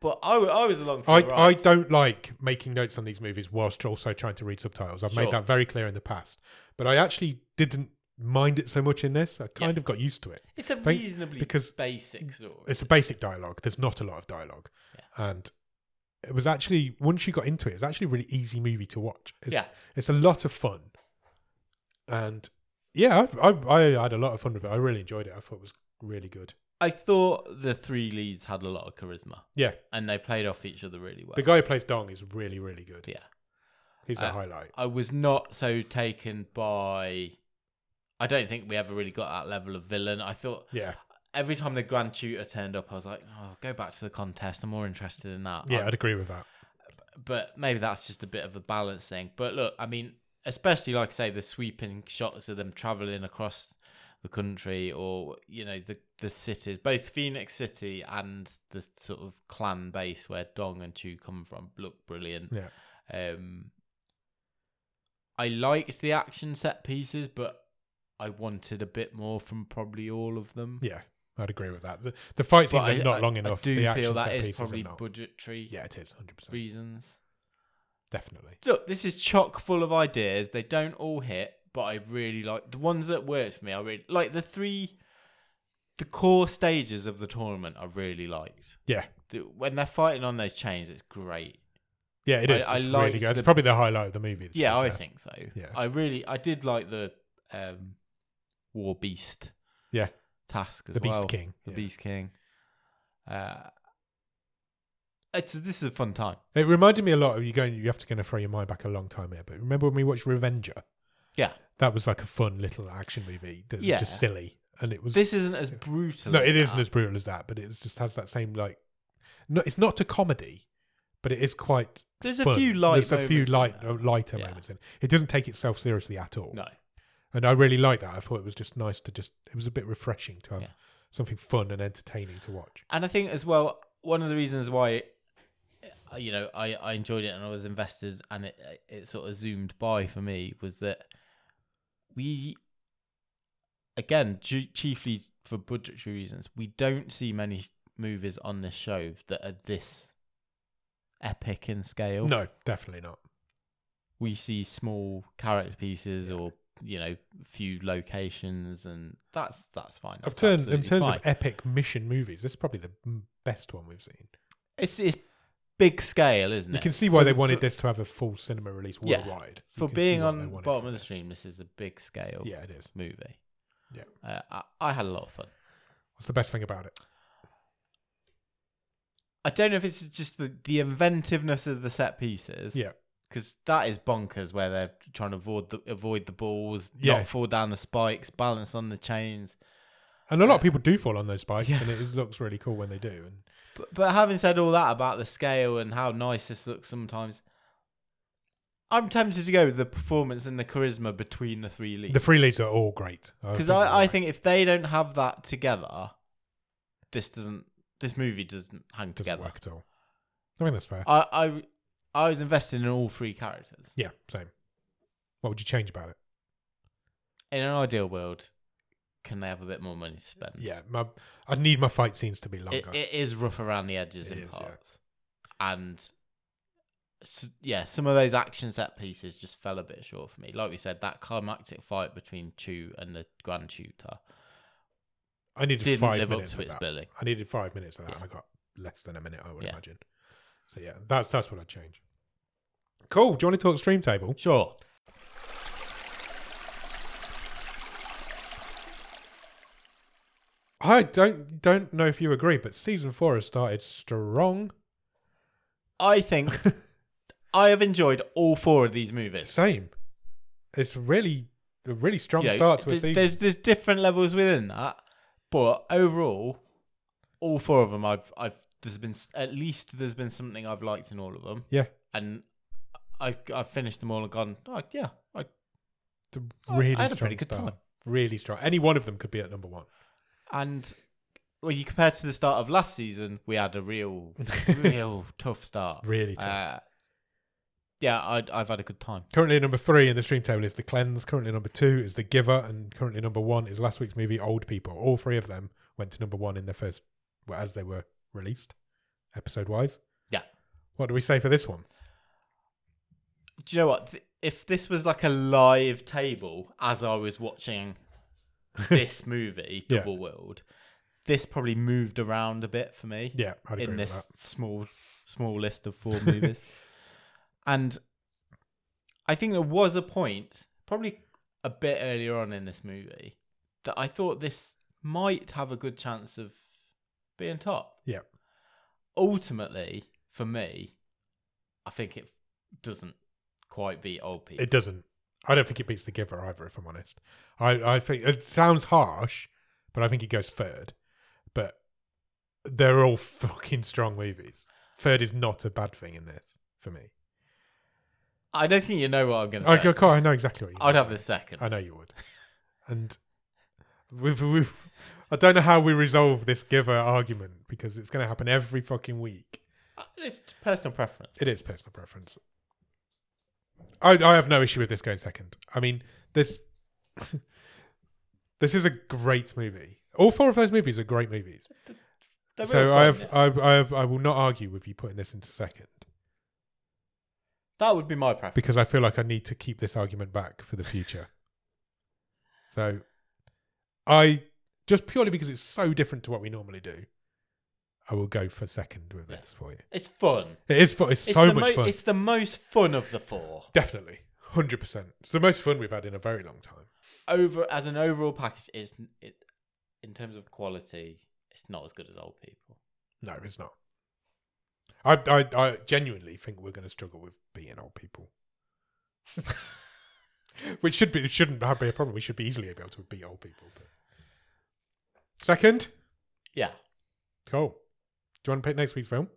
S2: But I, wa- I was along for
S1: I,
S2: the
S1: I
S2: ride.
S1: don't like making notes on these movies whilst also trying to read subtitles. I've
S2: Sure.
S1: made that very clear in the past, but I actually didn't mind it so much in this. I kind of got used to it.
S2: it's a
S1: think-
S2: reasonably
S1: because
S2: basic story.
S1: It's a basic dialogue. There's not a lot of dialogue, and it was actually once you got into it, it's actually a really easy movie to watch. It's,
S2: Yeah.
S1: it's a lot of fun, and yeah, I, I I had a lot of fun with it. I really enjoyed it. I thought it was really good.
S2: I thought the three leads had a lot of charisma
S1: Yeah,
S2: and they played off each other really well.
S1: the guy who plays Dong is really really good.
S2: yeah.
S1: He's the
S2: Uh,
S1: highlight.
S2: I was not so taken by. I don't think we ever really got that level of villain. I thought
S1: Yeah,
S2: every time the Grand Tutor turned up, I was like, oh, go back to the contest. I'm more interested in that.
S1: yeah, I'd agree with that.
S2: but maybe that's just a bit of a balance thing. But look, I mean, especially like I say the sweeping shots of them traveling across the country or you know the the cities, both Phoenix City and the sort of clan base where Dong and Chu come from look brilliant.
S1: Yeah.
S2: Um, I liked the action set pieces, but I wanted a bit more from probably all of them.
S1: Yeah, I'd agree with that. The, the fight
S2: But
S1: scenes are not long enough.
S2: I do
S1: the action
S2: feel that
S1: set
S2: is
S1: pieces are
S2: probably
S1: not.
S2: budgetary
S1: yeah, it is 100%.
S2: reasons.
S1: Definitely.
S2: Look, this is chock full of ideas. They don't all hit, but I really like the ones that worked for me. I really like the three, the core stages of the tournament. I really liked
S1: Yeah.
S2: The- when they're fighting on those chains. It's great.
S1: Yeah, it
S2: I-
S1: is.
S2: I
S1: it's really
S2: liked
S1: good. It's
S2: the-
S1: probably the highlight of the movie. to
S2: yeah,
S1: be
S2: I
S1: fair.
S2: think so.
S1: Yeah.
S2: I really, I did like the um, War Beast.
S1: Yeah.
S2: task as
S1: The Beast
S2: well.
S1: King.
S2: The
S1: yeah.
S2: Beast King. Uh, it's this is a fun time.
S1: It reminded me a lot of you going. You have to kind of throw your mind back a long time here, but remember when we watched Revenger?
S2: Yeah.
S1: that was like a fun little action movie that was
S2: Yeah.
S1: just silly, and it was
S2: This isn't as brutal.
S1: no,
S2: as
S1: it isn't
S2: that.
S1: as brutal as that, but it just has that same like. No, it's not a comedy, but it is quite.
S2: There's a
S1: fun.
S2: few light.
S1: There's a few
S2: moments in
S1: light,
S2: there.
S1: uh, lighter
S2: Yeah.
S1: moments in. it. It doesn't take itself seriously at all,
S2: No.
S1: and I really like that. I thought it was just nice to just. It was a bit refreshing to have
S2: Yeah.
S1: something fun and entertaining to watch.
S2: And I think as well, one of the reasons why, uh, you know, I, I enjoyed it and I was invested and it, it sort of zoomed by for me was that we, again, ju- chiefly for budgetary reasons, we don't see many movies on this show that are this epic in scale.
S1: No, definitely not.
S2: We see small character pieces or, you know, few locations and that's that's fine.
S1: I've
S2: That's
S1: turned in
S2: absolutely
S1: terms
S2: fine.
S1: of epic mission movies. This is probably the m- best one we've seen.
S2: it's, it's big scale, isn't
S1: e- You
S2: it?
S1: can see why
S2: For-
S1: they wanted
S2: for-
S1: this to have a full cinema release
S2: Yeah.
S1: worldwide. You
S2: for
S1: can see
S2: being
S1: why they
S2: on
S1: wanted
S2: bottom
S1: for
S2: of the
S1: this.
S2: stream, this is a big scale
S1: Yeah, it is.
S2: movie.
S1: Yeah.
S2: uh, I, I had a lot of fun.
S1: What's the best thing about it?
S2: I don't know if it's just the, the inventiveness of the set pieces.
S1: Yeah.
S2: because that is bonkers where they're trying to avoid the avoid the balls,
S1: Yeah.
S2: not fall down the spikes, balance on the chains.
S1: And a lot of people do fall on those spikes,
S2: Yeah.
S1: and it is, looks really cool when they do. And
S2: But, but having said all that about the scale and how nice this looks sometimes. I'm tempted to go with the performance and the charisma between the three leads.
S1: the free leads are all great.
S2: Because I, I think if they don't have that together, this doesn't. This movie doesn't hang
S1: it doesn't
S2: together.
S1: work at all. I think that's fair.
S2: I, I I was invested in all three characters.
S1: yeah, same. What would you change about it?
S2: In an ideal world, can they have a bit more money to spend?
S1: Yeah, my, I need my fight scenes to be longer.
S2: Mm. It, it is rough around the edges
S1: It
S2: in
S1: is, yeah.
S2: parts, and s yeah, some of those action set pieces just fell a bit short for me. Like we said, that climactic fight between Chu and the Grand Tutor
S1: I needed
S2: didn't
S1: five
S2: live up
S1: minutes
S2: to
S1: of
S2: its
S1: that.
S2: billing.
S1: I needed five minutes of that,
S2: Yeah.
S1: and I got less than a minute. I would
S2: Yeah.
S1: imagine. So yeah, that's that's what I'd change. Cool. Do you want to talk stream table?
S2: Sure.
S1: I don't don't know if you agree, but season four has started strong.
S2: I think I have enjoyed all four of these movies.
S1: Same. It's really a really strong
S2: You know,
S1: start to a
S2: th-
S1: season.
S2: There's there's different levels within that, but overall, all four of them, I've I've there's been s- at least there's been something I've liked in all of them,
S1: yeah,
S2: and I've I've finished them all and gone, oh, yeah, I,
S1: the
S2: I-
S1: really
S2: I had a
S1: strong
S2: pretty good
S1: start.
S2: time.
S1: Really strong. Any one of them could be at number one.
S2: and when you compare to the start of last season, we had a real real tough start,
S1: Really tough.
S2: Uh, yeah, I, I've had a good time.
S1: Currently number three in the stream table is The Cleanse. Currently number two is The Giver, and currently number one is last week's movie Old People. All three of them went to number one in their first, well, as they were released, episode wise.
S2: Yeah.
S1: What do we say for this one?
S2: Do you know what? Th- If this was like a live table as I was watching this movie,
S1: Yeah.
S2: Double World, this probably moved around a bit for me
S1: Yeah, I'd agree
S2: in
S1: with
S2: this
S1: that.
S2: small small list of four movies. And I think there was a point, probably a bit earlier on in this movie, that I thought this might have a good chance of being top.
S1: Yeah.
S2: Ultimately, for me, I think it doesn't quite beat old people.
S1: It doesn't. I don't think it beats The Giver either, if I'm honest. I, I think it sounds harsh, but I think it goes third. But they're all fucking strong movies. Third is not a bad thing in this for me.
S2: I don't think you know what I'm going
S1: I,
S2: to
S1: I,
S2: say.
S1: can't- I know exactly what you
S2: I'd have the second.
S1: I know you would. And we've, we've, I don't know how we resolve this Giver argument because it's going to happen every fucking week.
S2: Uh, It's personal preference.
S1: It is personal preference. I I have no issue with this going second. I mean, this this is a great movie. All four of those movies are great movies.
S2: They're really
S1: so I
S2: fun.
S1: have, I I have, I will not argue with you putting this into second
S2: that would be my preference.
S1: because I feel like I need to keep this argument back for the future. so I just purely because it's so different to what we normally do, I will go for second with
S2: Yeah.
S1: this for you.
S2: It's fun.
S1: It is fun. It's,
S2: It's
S1: so
S2: the
S1: much
S2: mo-
S1: fun.
S2: It's the most fun of the four.
S1: Definitely. 100%. It's the most fun we've had in a very long time.
S2: Over as an overall package, is it in terms of quality, it's not as good as old people.
S1: No, it's not. I, I, I genuinely think we're going to struggle with beating old people. Which should be it shouldn't have be a problem. We should be easily able to beat old people. But. Second,
S2: Yeah,
S1: cool. Do you want to pick next week's film?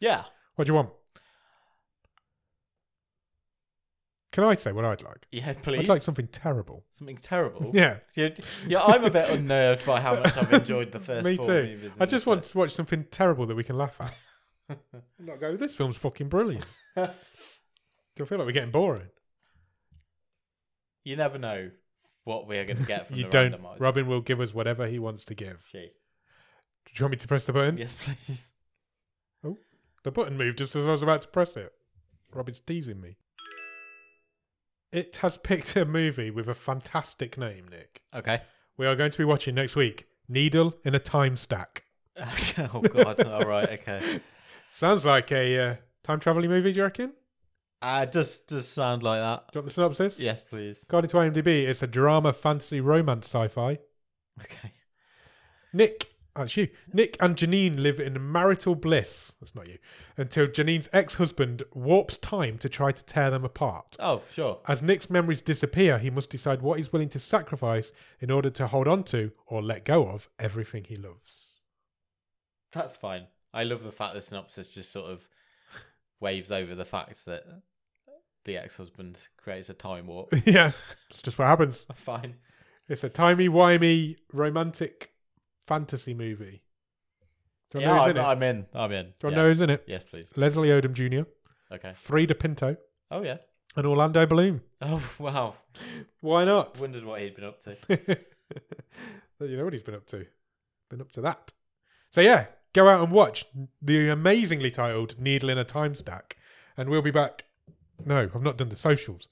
S2: yeah.
S1: What do you want? Can I say what I'd like?
S2: Yeah, please.
S1: I'd like something terrible.
S2: something terrible.
S1: Yeah,
S2: You're- yeah, I'm a bit unnerved by how much I've enjoyed the first.
S1: me
S2: four
S1: too.
S2: movies in
S1: I
S2: this
S1: just want
S2: list.
S1: to watch something terrible that we can laugh at. not go. This film's fucking brilliant. Do I feel like we're getting boring?
S2: you never know what we are going to get from
S1: you
S2: the
S1: don't.
S2: randomizer.
S1: Robin will give us whatever he wants to give.
S2: Gee.
S1: Do you want me to press the button?
S2: Yes, please.
S1: The button moved just as I was about to press it. Robin's teasing me. It has picked a movie with a fantastic name, Nick.
S2: Okay.
S1: We are going to be watching next week Needle in a Time Stack.
S2: oh God. All right. Okay.
S1: Sounds like a uh, time traveling movie, do you reckon? Do
S2: Uh, it does does sound like that?
S1: you want the synopsis?
S2: Yes, please.
S1: According to IMDb, it's a drama, fantasy, romance, sci fi.
S2: Okay.
S1: Nick, that's you. Nick and Janine live in marital bliss. That's not you. Until Janine's ex-husband warps time to try to tear them apart.
S2: Oh, sure.
S1: As Nick's memories disappear, he must decide what he's willing to sacrifice in order to hold on to or let go of everything he loves.
S2: That's fine. I love the fact the synopsis just sort of waves over the fact that the ex-husband creates a time warp.
S1: yeah, it's just what happens.
S2: fine.
S1: It's a timey-wimey romantic fantasy movie. Do you
S2: Yeah,
S1: want to know
S2: I'm,
S1: who's in it?
S2: I'm in. I'm
S1: Do you
S2: in.
S1: want
S2: Yeah.
S1: to know who's in it?
S2: Yes, please.
S1: Leslie Odom Jr.,
S2: Okay.
S1: Frida Pinto,
S2: Oh yeah.
S1: and Orlando Bloom.
S2: Oh wow.
S1: Why not?
S2: Wondered what he'd been up to.
S1: Well, you know what he's been up to. Been up to that. So yeah, go out and watch the amazingly titled Needle in a Time Stack. And we'll be back. No, I've not done the socials.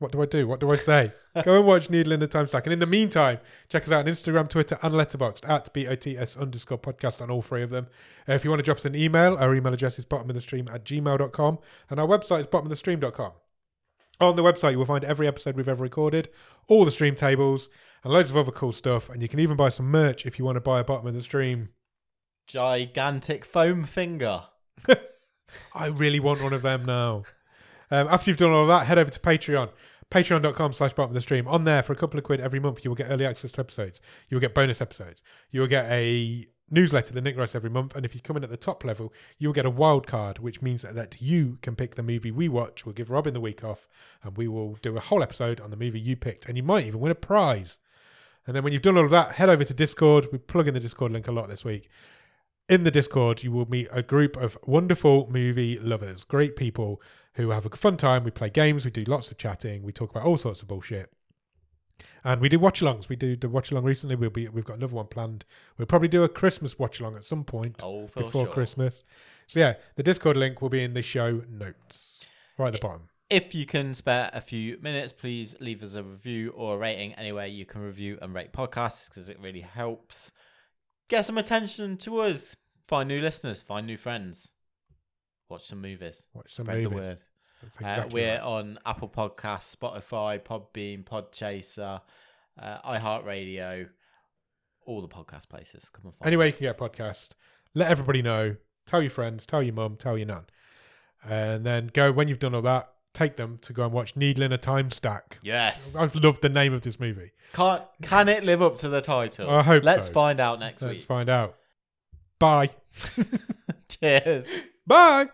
S1: What do I do? What do I say? go and watch Needle in a Time Stack. And in the meantime, check us out on Instagram, Twitter, and Letterboxd at BOTS underscore podcast on all three of them. Uh, if you want to drop us an email, our email address is bottom of the stream at gmail.com and our website is bottom of the stream.com. On the website, you will find every episode we've ever recorded, all the stream tables, and loads of other cool stuff. And you can even buy some merch if you want to buy a bottom of the stream.
S2: Gigantic foam finger.
S1: I really want one of them now. Um, after you've done all that, head over to Patreon. Patreon.com slash bottom of the stream. On there for a couple of quid every month, you will get early access to episodes. You will get bonus episodes. You will get a newsletter that Nick writes every month. And if you come in at the top level, you will get a wild card, which means that, that you can pick the movie we watch. We'll give Robin the week off and we will do a whole episode on the movie you picked. And you might even win a prize. And then when you've done all of that, head over to Discord. We plug in the Discord link a lot this week. In the Discord, you will meet a group of wonderful movie lovers, great people who have a fun time. We play games, we do lots of chatting, we talk about all sorts of bullshit. And we do watch alongs. We do the watch along recently. We'll be we've got another one planned. We'll probably do a Christmas watch along at some point
S2: Oh, for
S1: before
S2: sure.
S1: Christmas. So yeah, the Discord link will be in the show notes. Right at the bottom.
S2: If you can spare a few minutes, please leave us a review or a rating anywhere you can review and rate podcasts because it really helps. Get some attention to us. Find new listeners. Find new friends. Watch some movies.
S1: Watch some
S2: Spread
S1: movies.
S2: the word.
S1: That's
S2: Uh,
S1: exactly
S2: we're
S1: right.
S2: on Apple Podcasts, Spotify, Podbean, Podchaser, uh, iHeartRadio, all the podcast places. Come and find
S1: Anyway, you can get a podcast. Let everybody know. Tell your friends. Tell your mum. Tell your nan. And then go when you've done all that. take them to go and watch Needle in a Time Stack.
S2: Yes.
S1: I've loved the name of this movie.
S2: Can't, can it live up to the title?
S1: I hope
S2: Let's
S1: so.
S2: find out next
S1: Let's
S2: week.
S1: find out. Bye.
S2: Cheers.
S1: Bye.